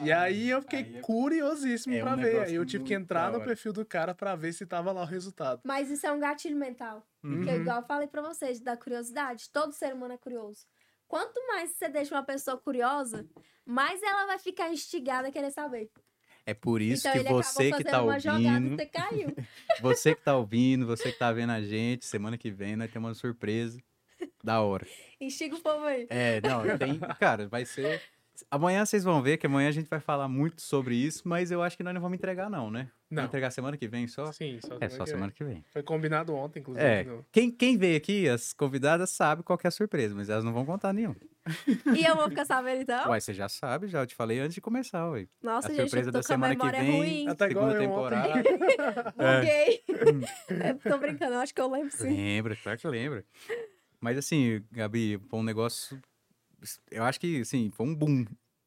e aí eu fiquei
aí é-
curiosíssimo
é um
pra ver. Aí
negócio
eu tive que
muito da
entrar no
hora.
perfil do cara pra ver se tava lá o resultado.
Mas isso é um gatilho mental. Que é
Uhum.
igual eu falei pra vocês, da curiosidade. Todo ser humano é curioso. Quanto mais você deixa uma pessoa curiosa, mais ela vai ficar instigada a querer saber.
É por isso
então
que
ele
você
acabou
que
fazendo
tá
uma jogada e
ouvindo,
você caiu.
você que tá ouvindo, você que tá vendo a gente, semana que vem nós temos uma surpresa da hora.
Instiga o povo aí.
É, não, tem, cara, vai ser Amanhã vocês vão ver que amanhã a gente vai falar muito sobre isso, mas eu acho que nós não vamos entregar não, né?
Não.
Vamos entregar semana que vem só?
Sim, só
É só
que-
semana que vem.
Foi combinado ontem, inclusive.
É.
no-
Quem, quem veio aqui, as convidadas, sabe qual que é a surpresa, mas elas não vão contar nenhum.
E eu vou ficar sabendo então?
Uai, você já sabe, já eu te falei antes de começar, ué.
Nossa,
a
gente,
surpresa
eu tô
da
com a
semana que
memória
vem- é
ruim.
Ela tá igual
Segunda
eu ontem.
temporada.
Buguei. Eu É, tô brincando, eu acho que eu lembro sim.
Lembra, claro que lembra. Mas assim, Gabi, foi um negócio. Eu acho que, assim, foi um boom.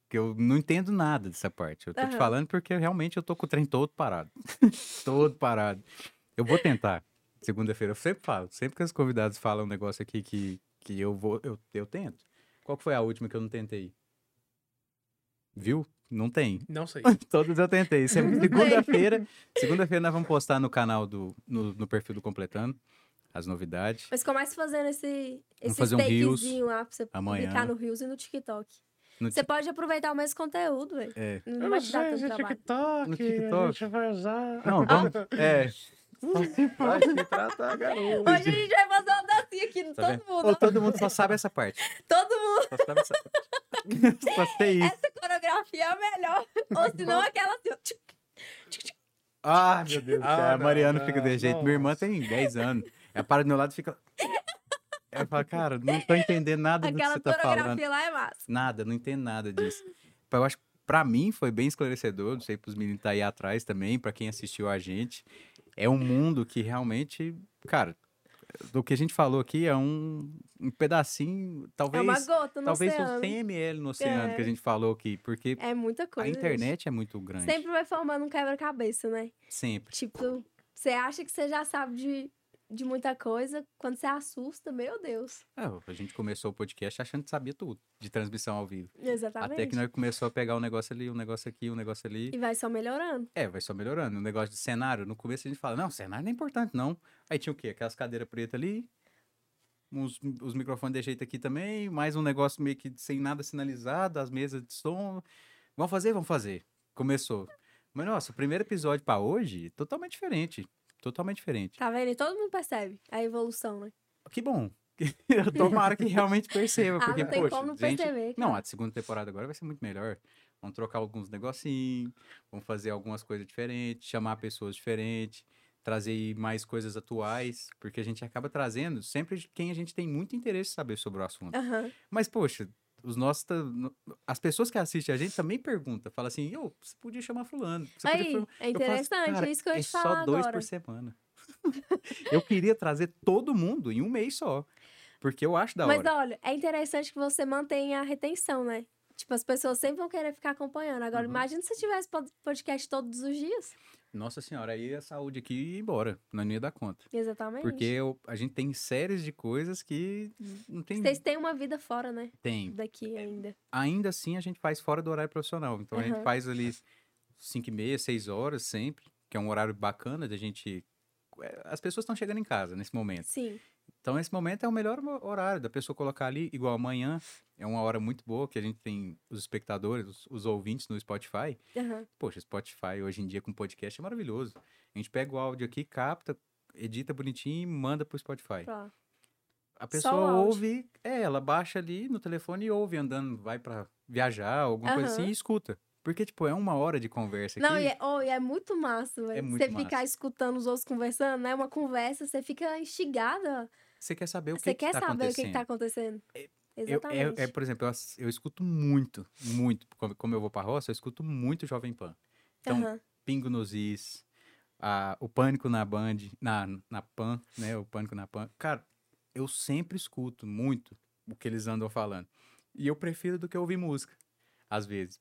Que eu não entendo nada dessa parte. Eu tô te
Aham.
falando porque realmente eu tô com o trem todo parado. todo parado. Eu vou tentar. Segunda-feira eu sempre falo. Sempre que os convidados falam um negócio aqui que, que eu vou, eu, eu tento. Qual que foi a última que eu não tentei? Viu? Não tem.
Não sei.
Todos eu tentei. Sem-
Tudo bem.
Segunda-feira, segunda-feira nós vamos postar no canal do no, no perfil do Completando as novidades.
Mas comece fazendo esse, esse
fazer um Reels
takezinho lá pra você
amanhã.
publicar no Rios e no TikTok.
No
Você pode aproveitar o mesmo conteúdo, velho.
É.
Não vai te dar tanto trabalho.
TikTok,
No TikTok.
vai usar.
Não, vamos.
Ah.
É.
Vai se tratar, garoto.
Hoje a gente vai fazer uma dancinha aqui,
Tá
todo
vendo?
mundo.
Ou todo mundo só sabe essa parte.
Todo mundo,
Só sabe essa parte. só sei isso.
essa coreografia é a melhor. Ou se não, aquela assim, ó, tchuc.
Ah, meu Deus. do céu.
Ah,
a Mariana
não,
fica
não,
desse jeito. Minha irmã
nossa.
tem 10 anos. Ela para do meu lado e fica. Ela fala, cara, não tô entendendo nada do que
aquela
você tá falando.
coreografia lá é massa.
Nada, não entendo nada disso. Eu acho que pra mim foi bem esclarecedor, não sei pros meninos que tá aí atrás também, pra quem assistiu a gente. É um mundo que realmente, cara, do que a gente falou aqui é um, um pedacinho,
É uma
talvez,
gota no
talvez
oceano.
uns 100 ml no oceano que a
É.
gente falou aqui, porque
É muita coisa.
a
gente.
internet é muito grande, sempre.
Sempre vai formando um quebra-cabeça, né? Tipo, você acha que você já sabe de, de muita coisa, quando você assusta, meu Deus.
Ah, a gente começou o podcast achando que sabia tudo de transmissão ao vivo.
Exatamente.
Até que nós começou a pegar um negócio ali, um negócio aqui, um negócio ali.
E vai só melhorando.
É, vai só melhorando. O negócio de cenário, no começo a gente fala, não, cenário não é importante, não. Aí tinha o quê? Aquelas cadeiras pretas ali, uns, os microfones de jeito aqui também, mais um negócio meio que sem nada sinalizado, as mesas de som. Vamos fazer? Vamos fazer. Começou. Mas, nossa, o primeiro episódio pra hoje, totalmente diferente. Totalmente diferente.
Tá vendo? E todo mundo percebe a evolução, né?
Que bom. Eu Tomara que realmente perceba,
Ah,
porque,
não tem
poxa,
como não
gente,
perceber. cara.
não, a segunda temporada agora vai ser muito melhor. Vamos trocar alguns negocinhos, vamos fazer algumas coisas diferentes, chamar pessoas diferentes, trazer mais coisas atuais, porque a gente acaba trazendo sempre de quem a gente tem muito interesse em saber sobre o assunto.
Aham.
Mas, poxa, os nossos. tá- no- As pessoas que assistem a gente também perguntam, fala assim, eu, você podia chamar fulano. Você
Aí,
podia chamar-" Eu
é
falo assim,
interessante,
"Cara,
é isso que eu ia
é
te falar
só dois
agora.
por semana. eu queria trazer todo mundo em um mês só. Porque eu acho da
Mas
hora.
olha, é interessante que você mantenha a retenção, né? Tipo, as pessoas sempre vão querer ficar acompanhando. Agora,
Uhum.
imagina se tivesse pod- podcast todos os dias.
Nossa senhora, aí a saúde aqui ia embora. Não ia dar conta.
Exatamente.
Porque eu- a gente tem séries de coisas que não tem.
Vocês têm uma vida fora, né?
Tem.
Daqui ainda.
Ainda assim, a gente faz fora do horário profissional. Então a gente
Aham.
faz ali 5 e meia, 6 horas é, sempre, que é um horário bacana da gente. As pessoas estão chegando em casa nesse momento.
Sim.
Então, esse momento é o melhor mo- horário da pessoa colocar ali, igual amanhã, é uma hora muito boa que a gente tem os espectadores, os, os ouvintes no Spotify.
Aham.
Poxa, Spotify hoje em dia com podcast é maravilhoso. A gente pega o áudio aqui, capta, edita bonitinho e manda pro Spotify.
Pra lá.
A
Só o
pessoa
áudio.
ouve, é, ela baixa ali no telefone e ouve andando, vai pra viajar, alguma coisa assim
Aham.
e escuta. Porque, tipo, é uma hora de conversa aqui.
Não, e é, oh, e é muito massa, velho.
muito
você
massa.
ficar escutando os outros conversando, né? Uma conversa, você fica instigada.
Você quer saber o que,
Você
que
quer
tá
saber o que,
acontecendo.
que tá acontecendo.
Eu- é-
Exatamente.
é, por exemplo, eu, ass- eu escuto muito, muito. Como, como eu vou pra roça, eu escuto muito Jovem Pan. Então,
Aham. É
Pingo nos Is, a- o Pânico na Band, na, na Pan, né? O Pânico na Pan. Cara, eu sempre escuto muito o que eles andam falando. E eu prefiro do que ouvir música, às vezes.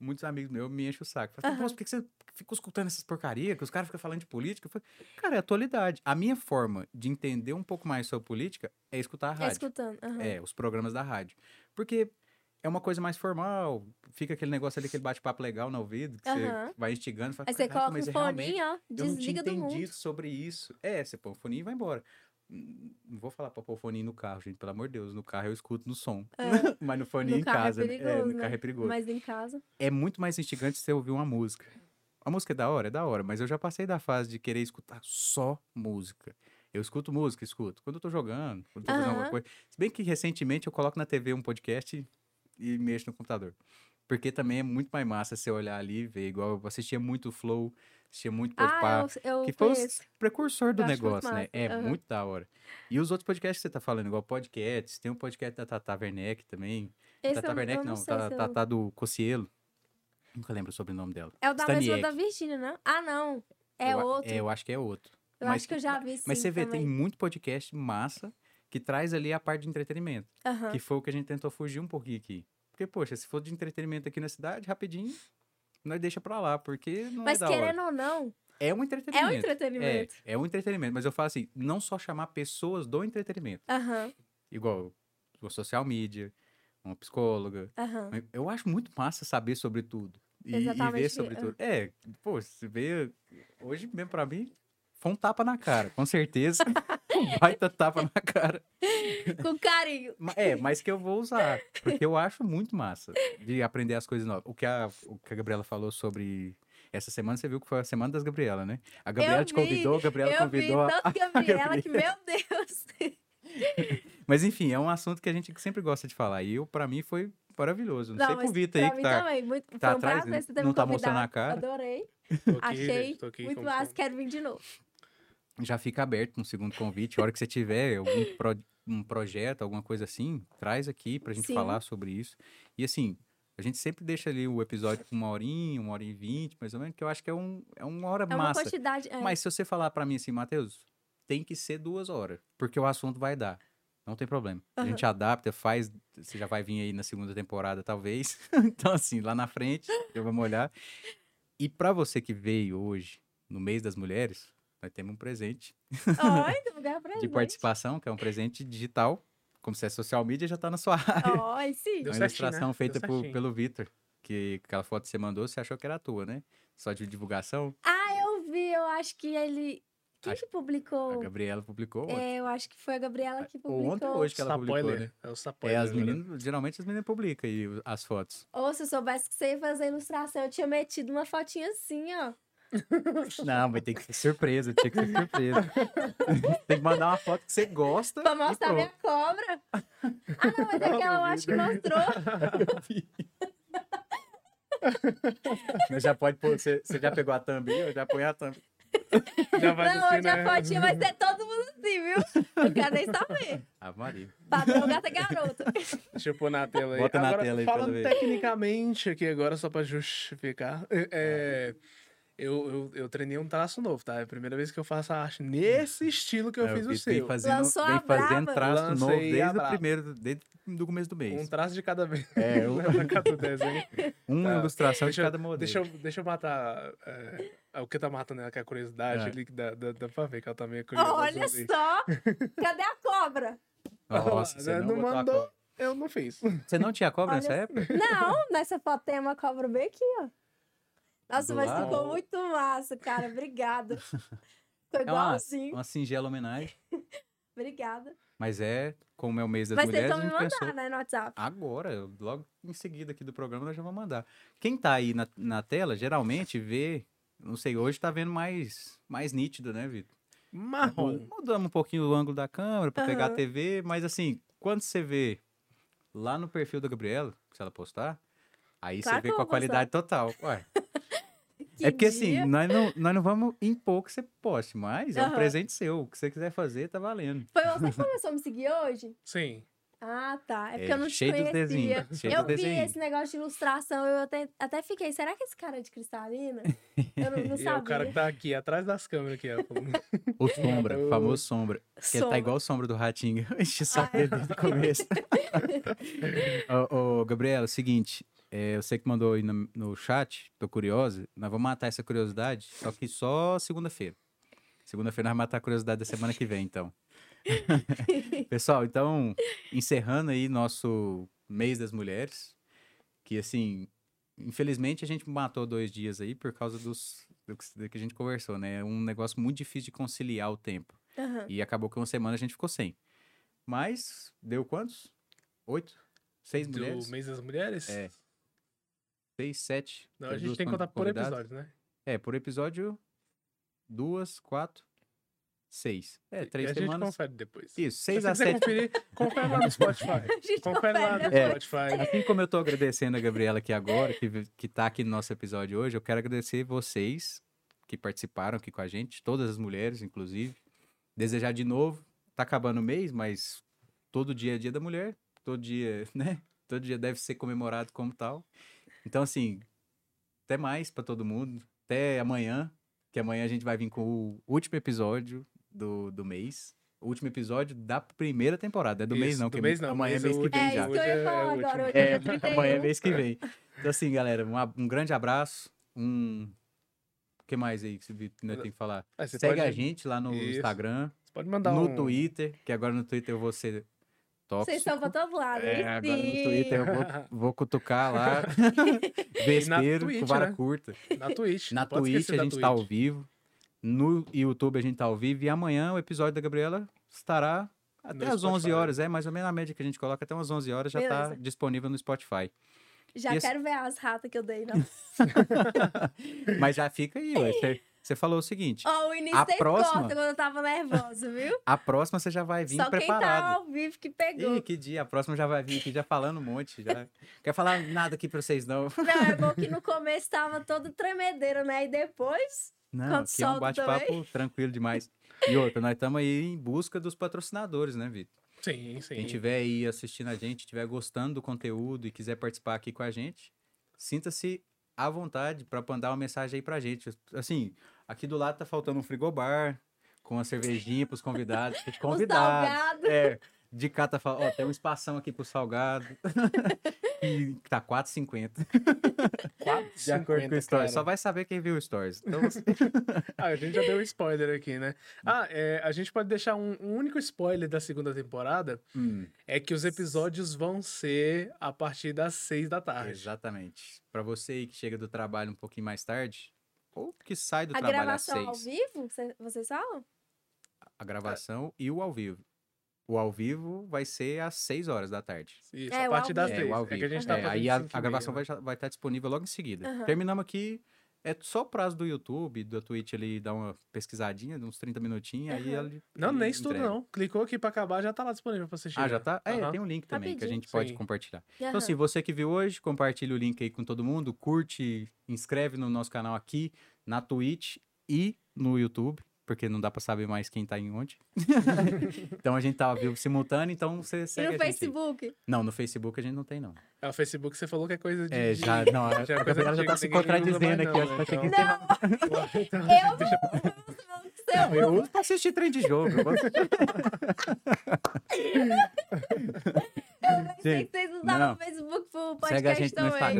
Muitos amigos meus me enchem o saco. Falam, assim,
Aham.
nossa, por que que você ficou escutando essas porcarias? Que os caras ficam falando de política? Eu falo, cara, é atualidade. A minha forma de entender um pouco mais sobre política é escutar a
É
rádio.
escutando. aham.
É, os programas da rádio. Porque é uma coisa mais formal, fica aquele negócio ali, aquele bate-papo legal no ouvido, que
Aham.
você vai instigando e fala,
Aí você
"Caraca,
coloca
ah, mas é
um
realmente
foninho, ó,
eu não tinha
desliga do mundo.
entendido sobre isso. É, você põe o foninho e vai embora. Hum, Não vou falar pra pôr o foninho no carro, gente, pelo amor de Deus. No carro eu escuto no som.
É.
Mas no foninho
No
em
carro é
casa. né?
perigoso,
no
né?
carro é perigoso.
Mas em casa.
É muito mais instigante você ouvir uma música. A música é da hora, é da hora, mas eu já passei da fase de querer escutar só música. Eu escuto música, escuto. Quando eu tô jogando, quando eu tô fazendo alguma
Aham.
coisa. Se bem que recentemente eu coloco na TV um podcast e mexo no computador. Porque também é muito mais massa você olhar ali e ver. Igual eu assistia muito Flow, assistia muito Podpah.
Ah, eu, eu
que foi
conheço.
o precursor do
Eu acho muito
negócio, né?
massa,
É
aham.
muito da hora. E os outros podcasts que você tá falando, igual podcasts, tem um podcast da Tata Werneck também.
Esse
Tata
eu, eu
Werneck
não
não,
sei
tá
se eu-
Tata do Cocielo. Nunca lembro o sobrenome dela.
É o da mesma
Staniek.
da Virgínia, não? Ah, não. É
eu, a-
outro.
É, eu acho que é outro.
eu
mas-
acho que eu já vi sim
Mas você vê,
também.
tem muito podcast massa que traz ali a parte de entretenimento.
Aham.
Que foi o que a gente tentou fugir um pouquinho aqui. Porque, poxa, se for de entretenimento aqui na cidade, rapidinho, nós deixa pra lá, porque não
Mas
é da hora.
querendo ou não,
É um
é o
entretenimento.
entretenimento.
É, é um entretenimento. Mas eu falo assim, não só chamar pessoas do entretenimento.
Aham,
Igual o social media, uma psicóloga.
aham.
Eu- Eu acho muito massa saber sobre tudo. E, e
Exatamente,
ver
ver,
sobre
ah.
tudo. É, pô, se vê. Hoje mesmo pra mim, foi um tapa na cara, com certeza. um baita tapa na cara.
Com carinho.
Ma- É, mas que eu vou usar. Porque eu acho muito massa de aprender as coisas novas. O que a, o que a Gabriela falou sobre. Essa semana você viu que foi a semana das Gabriela, né? A Gabriela te
vi,
convidou, a Gabriela
eu
convidou.
vi
a-
tanto Gabriela que, meu Deus.
Mas enfim, é um assunto que a gente sempre gosta de falar. E eu, pra mim, foi maravilhoso. Não, sei pro
mas
Vitor aí
pra
que
mim
tá.
também. Muito,
tá
foi um
atrás,
prazer você ter
não
me
tá mostrando
convidado.
a cara.
Adorei.
Tô aqui,
Achei
gente, tô aqui
muito
como
massa.
são.
Quero vir de novo.
já fica aberto um segundo convite. A hora que você tiver algum pro- um projeto, alguma coisa assim, traz aqui pra gente
Sim.
falar sobre isso. E assim, a gente sempre deixa ali o episódio com uma horinha, uma hora e vinte, mais ou menos, que eu acho que é, um, é uma hora
É uma
massa.
quantidade. é.
Mas se você falar pra mim assim, Matheus, tem que ser duas horas, porque o assunto vai dar. Não tem problema. A gente adapta, faz. Você já vai vir aí na segunda temporada, talvez. então, assim, lá na frente, já vamos olhar. E pra você que veio hoje, no mês das mulheres, nós temos um presente
Ó, então vou ganhar
de
presente.
participação, que é um presente digital. Como se é social media, já tá na sua área.
Ó, aí sim.
Deu
uma
certinho, né?
ilustração
Deu
feita por-
certinho.
pelo Vitor. Que aquela foto que você mandou, você achou que era tua, né? Só de divulgação.
Eu vi, eu acho que ele. Quem
Acho-
que publicou?
A Gabriela publicou ontem.
É, eu acho que foi a Gabriela que
Ou
publicou.
ontem ou hoje que ela publicou, né?
Sapoiler. É o
É,
sapoiler.
as
né?
meninas, geralmente as meninas publicam aí o- as fotos.
Ou se eu soubesse que você ia fazer ilustração, eu tinha metido uma fotinha assim, ó.
Não, mas tem que ser surpresa, tinha que ser surpresa. tem que mandar uma foto que você gosta.
Pra
e
mostrar minha
Ah, pronto.
cobra. Ah, não, mas aquela eu acho que mostrou.
Mas já pode pôr, você, você já pegou a thumb aí? Eu já põe a thumb.
Já vai
Não,
assim,
hoje a
né?
fotinha vai ser todo mundo assim, viu? Não quero nem saber.
Ave Maria.
Padrão gata garota.
Deixa eu pôr na tela aí.
Bota na
Agora,
tela aí pra ela
Falando
ver.
tecnicamente aqui agora, só pra justificar. é, é,
Ah.
eu, eu, eu treinei um traço novo, tá? É a primeira vez que eu faço a arte nesse estilo que eu
Hum. É, o
fiz o
Vitor vem
seu.
fazendo,
Lançou
vem
a
fazendo
braba.
traço
Lancei
novo
a
desde o
braba.
primeiro, desde o começo do
Um
mês.
traço de cada vez.
É, eu-
Lembra cada desenho?
Uma
tá.
ilustração de
Deixa eu-
cada modelo.
Deixa eu, deixa eu matar é, o que tá matando ela, que é a curiosidade
É.
ali, que dá, dá, dá pra ver que ela tá meio curiosa.
Olha
ali.
só. Cadê a cobra?
Nossa,
Ah,
você não,
não
botou a
mandou.
cobra.
Eu não fiz.
Você não tinha cobra
Olha
nessa
só.
época?
Não, nessa foto tem uma cobra bem aqui, ó. Nossa,
Do
mas
lado.
ficou muito massa, cara. Obrigada. Ficou
É uma,
igualzinho.
uma singela homenagem.
Obrigada.
Mas é, como é o mês das
Mas vocês
mulheres,
vão
a
me
gente
mandar,
pensou.
né, no WhatsApp.
Agora, eu- logo em seguida aqui do programa, nós já vamos mandar. Quem tá aí na, na tela, geralmente vê, não sei, hoje tá vendo mais, mais nítido, né, Vitor?
Marrom.
Mudamos um pouquinho o ângulo da câmera pra pegar a
Ah, Aham.
TV, mas assim, quando você vê lá no perfil da Gabriela, se ela postar, aí
Claro
você
que
vê
eu
com a
vou postar.
qualidade total. Ué,
Que
é porque
dia.
assim, nós não, nós não vamos impor que você poste, mas é um
Aham.
presente seu. O que você quiser fazer, tá valendo.
Foi você que começou a me seguir hoje?
Sim.
Ah, tá. É porque
É,
eu não te
cheio dos
conhecia.
desenhos. né? Cheio
eu
dos
vi
desenhos.
esse negócio de ilustração, eu até, até fiquei, será que esse cara é de cristalina? Eu não, não
E é o cara que
sabia.
tá aqui, atrás das câmeras aqui, ó.
O Sombra, o
Eu-
famoso Sombra. Que ele tá
Sombra.
igual o Sombra do Ratinho. Enche só
Ai.
desde o começo. ô, ô, Gabriela, seguinte. é, eu sei que mandou aí no, no chat, tô curiosa. Nós vamos matar essa curiosidade, só que só segunda-feira. Segunda-feira nós vamos matar a curiosidade da semana que vem, então. Pessoal, então, encerrando aí nosso mês das mulheres, que assim, infelizmente a gente matou dois dias aí por causa dos, do que- do que a gente conversou, né? É um negócio muito difícil de conciliar o tempo.
Aham.
E acabou que uma semana a gente ficou sem. Mas deu quantos? Oito? Seis mulheres?
Do mês das mulheres?
É. Seis, sete?
Não, a
Teve
gente
duas
tem que contar por
convidadas.
episódio, né?
É, por episódio, duas, quatro, seis. É,
e
três
a gente
semanas.
confere depois.
Isso,
Se
seis
você
a
quiser
sete.
conferir, confere lá no Spotify.
A gente É,
Confere lá
confere
no
depois.
Spotify. né?
Assim como eu tô agradecendo a Gabriela aqui agora, que, vi- que tá aqui no nosso episódio hoje, eu quero agradecer vocês que participaram aqui com a gente, todas as mulheres, inclusive. Desejar de novo, tá acabando o mês, mas todo dia é dia da mulher, todo dia, né? Todo dia deve ser comemorado como tal. Então, assim, até mais pra todo mundo. Até amanhã, que amanhã a gente vai vir com o último episódio do, do mês. O último episódio da primeira temporada. É do mês
Isso,
não,
do
que é
mês não,
amanhã é mês
mês é o
que vem
É
já.
isso que eu
Hoje é-
ia falar
é o
agora.
último.
Hoje
É,
é 31.
amanhã é mês que vem. Então, assim, galera, um, ab- um grande abraço. Um. O que mais aí que você vi- né, tem que falar?
Ah, você
Segue
pode,
a gente lá no
Isso.
Instagram,
você pode mandar
no
um...
Twitter, que agora no Twitter eu vou ser tóxico.
Vocês estão pra todo lado.
É,
hein?
agora no
Sim.
Twitter eu vou, vou cutucar lá. Vespeiro, com
Twitch,
vara
né?
curta.
Na Twitch.
Na
não pode
Twitch
esquecer
a
da
gente tá ao
Twitch.
vivo. No YouTube a gente tá ao vivo. E amanhã o episódio da Gabriela estará até
No
às 11
Spotify.
horas. É mais ou menos a média que a gente coloca, até umas 11 horas já tá
Beleza.
disponível no Spotify.
Já
Isso.
quero ver as ratas que eu dei. Não.
Mas já fica aí, ué. Você- Você falou o seguinte:
Ó, o
A
início da
próxima-
corta quando eu tava nervosa, viu?
a próxima você já vai vir
Só quem tá
preparado.
ao vivo que pegou.
Ih, que dia, a próxima já vai vir aqui já falando um monte. Já. Quer falar nada aqui pra vocês, não.
Não, é bom que no começo tava todo tremedeiro, né? E depois.
Não,
Quanto
aqui é um
solta
bate-papo tranquilo demais. E outra, nós estamos aí em busca dos patrocinadores, né, Vitor?
Sim, sim.
Quem tiver aí assistindo a gente, tiver gostando do conteúdo e quiser participar aqui com a gente, sinta-se à vontade para mandar uma mensagem aí pra gente. Assim, aqui do lado tá faltando um frigobar com a cervejinha pros convidados. Pros convidados.
salgado.
É. De cá tá falando, ó, tem um espação aqui pro salgado. e tá 4,50. De acordo com o
4,50,
Stories.
cara.
Só vai saber quem viu o Stories. Então, assim,
Ah, a gente já deu um spoiler aqui, né? Ah, é, a gente pode deixar um, um único spoiler da segunda temporada,
hum,
é que os episódios vão ser a partir das seis da tarde.
exatamente. Pra você aí que chega do trabalho um pouquinho mais tarde, ou que sai do
A
trabalho às
gravação
seis.
ao vivo? cê- Vocês falam?
a gravação e o ao vivo. O ao vivo vai ser às 6 horas da tarde.
Isso,
É,
a
o
partir
ao
das
vivo.
É,
seis.
o ao
É
vivo.
que a gente tá
É,
fazendo
aí a,
cinco
a
e meia,
gravação
né?
vai, já- vai estar disponível logo em seguida.
Aham.
Terminamos aqui. É só o prazo do YouTube, da Twitch ali, dar uma pesquisadinha, de uns 30 minutinhos, aí
Aham.
ele-
Não,
ele
nem isso tudo
Hum, entrega.
não. Clicou aqui pra acabar, já tá lá disponível pra assistir.
Ah, já tá? É,
Aham.
tem um link também que a
Rapidinho.
gente pode
Sim.
compartilhar.
Aham.
Então, assim, você que viu hoje, compartilha o link aí com todo mundo, curte, inscreve no nosso canal aqui, na Twitch e no YouTube, porque não dá pra saber mais quem tá em onde. então a gente tá ao vivo simultâneo, então você
e
segue
no
a gente aí.
Facebook?
Não, no Facebook a gente não tem, não.
É, o Facebook você falou que é coisa de...
É,
de-
já, não, a
já é
a Gabriela
coisa
já
antiga,
tá se
ninguém usa mais
contradizendo
não,
aqui, acho que
né?
vai ter que encerrar.
Então- Então,
Eu
deixa-
não uso, não.
Eu uso pra assistir trem de jogo. eu vou assistir.
Sei
Gente,
que vocês usavam
não.
o Facebook pro
Segue a
podcast
gente no
também.
Instagram.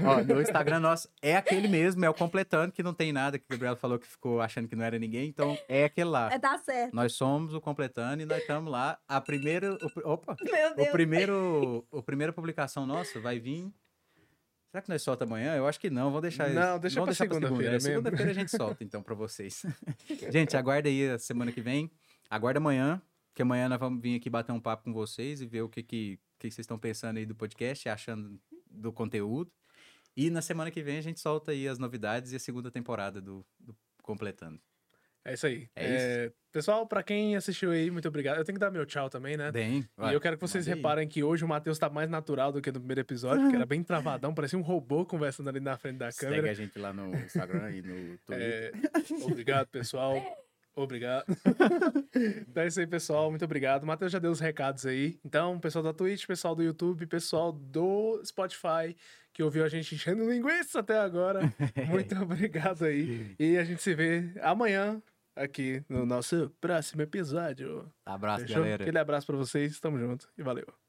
Não, não.
Ó, no Instagram nosso é aquele mesmo, é o completando, que não tem nada, que o Gabriel falou que ficou achando que não era ninguém, então é aquele lá.
É, tá certo.
Nós somos o completando e nós estamos lá. A primeira. o pr- opa!
Meu
O
né?
Deus.
primeiro, a primeira publicação nossa vai vir. Será que nós solta amanhã? Eu acho que não. Vou deixar
Não,
isso-
deixa
vamos
pra
deixar pra É
segunda-feira
segunda-feira.
mesmo.
Segunda-feira a gente solta então pra vocês. gente, aguarda aí a semana que vem. Aguarda amanhã. Que amanhã nós vamos vir aqui bater um papo com vocês e ver o que, que, que vocês estão pensando aí do podcast, achando do conteúdo. E na semana que vem a gente solta aí as novidades e a segunda temporada do, do Completando.
É isso aí.
É isso.
Pessoal, pra quem assistiu aí, muito obrigado. Eu tenho que dar meu tchau também, né?
Bem,
E eu quero que vocês
manda aí.
reparem que hoje o Matheus tá mais natural do que no primeiro episódio, que era bem travadão, parecia um robô conversando ali na frente da
segue
câmera.
a gente lá no Instagram e no Twitter.
É, obrigado, pessoal. Obrigado. então é isso aí, pessoal. Muito obrigado. O Matheus já deu os recados aí. Então, pessoal da Twitch, pessoal do YouTube, pessoal do Spotify, que ouviu a gente enchendo linguiça até agora. Muito obrigado aí. E a gente se vê amanhã aqui no nosso próximo episódio.
Abraço,
Fechou?
galera.
Aquele abraço pra vocês. Tamo junto e valeu.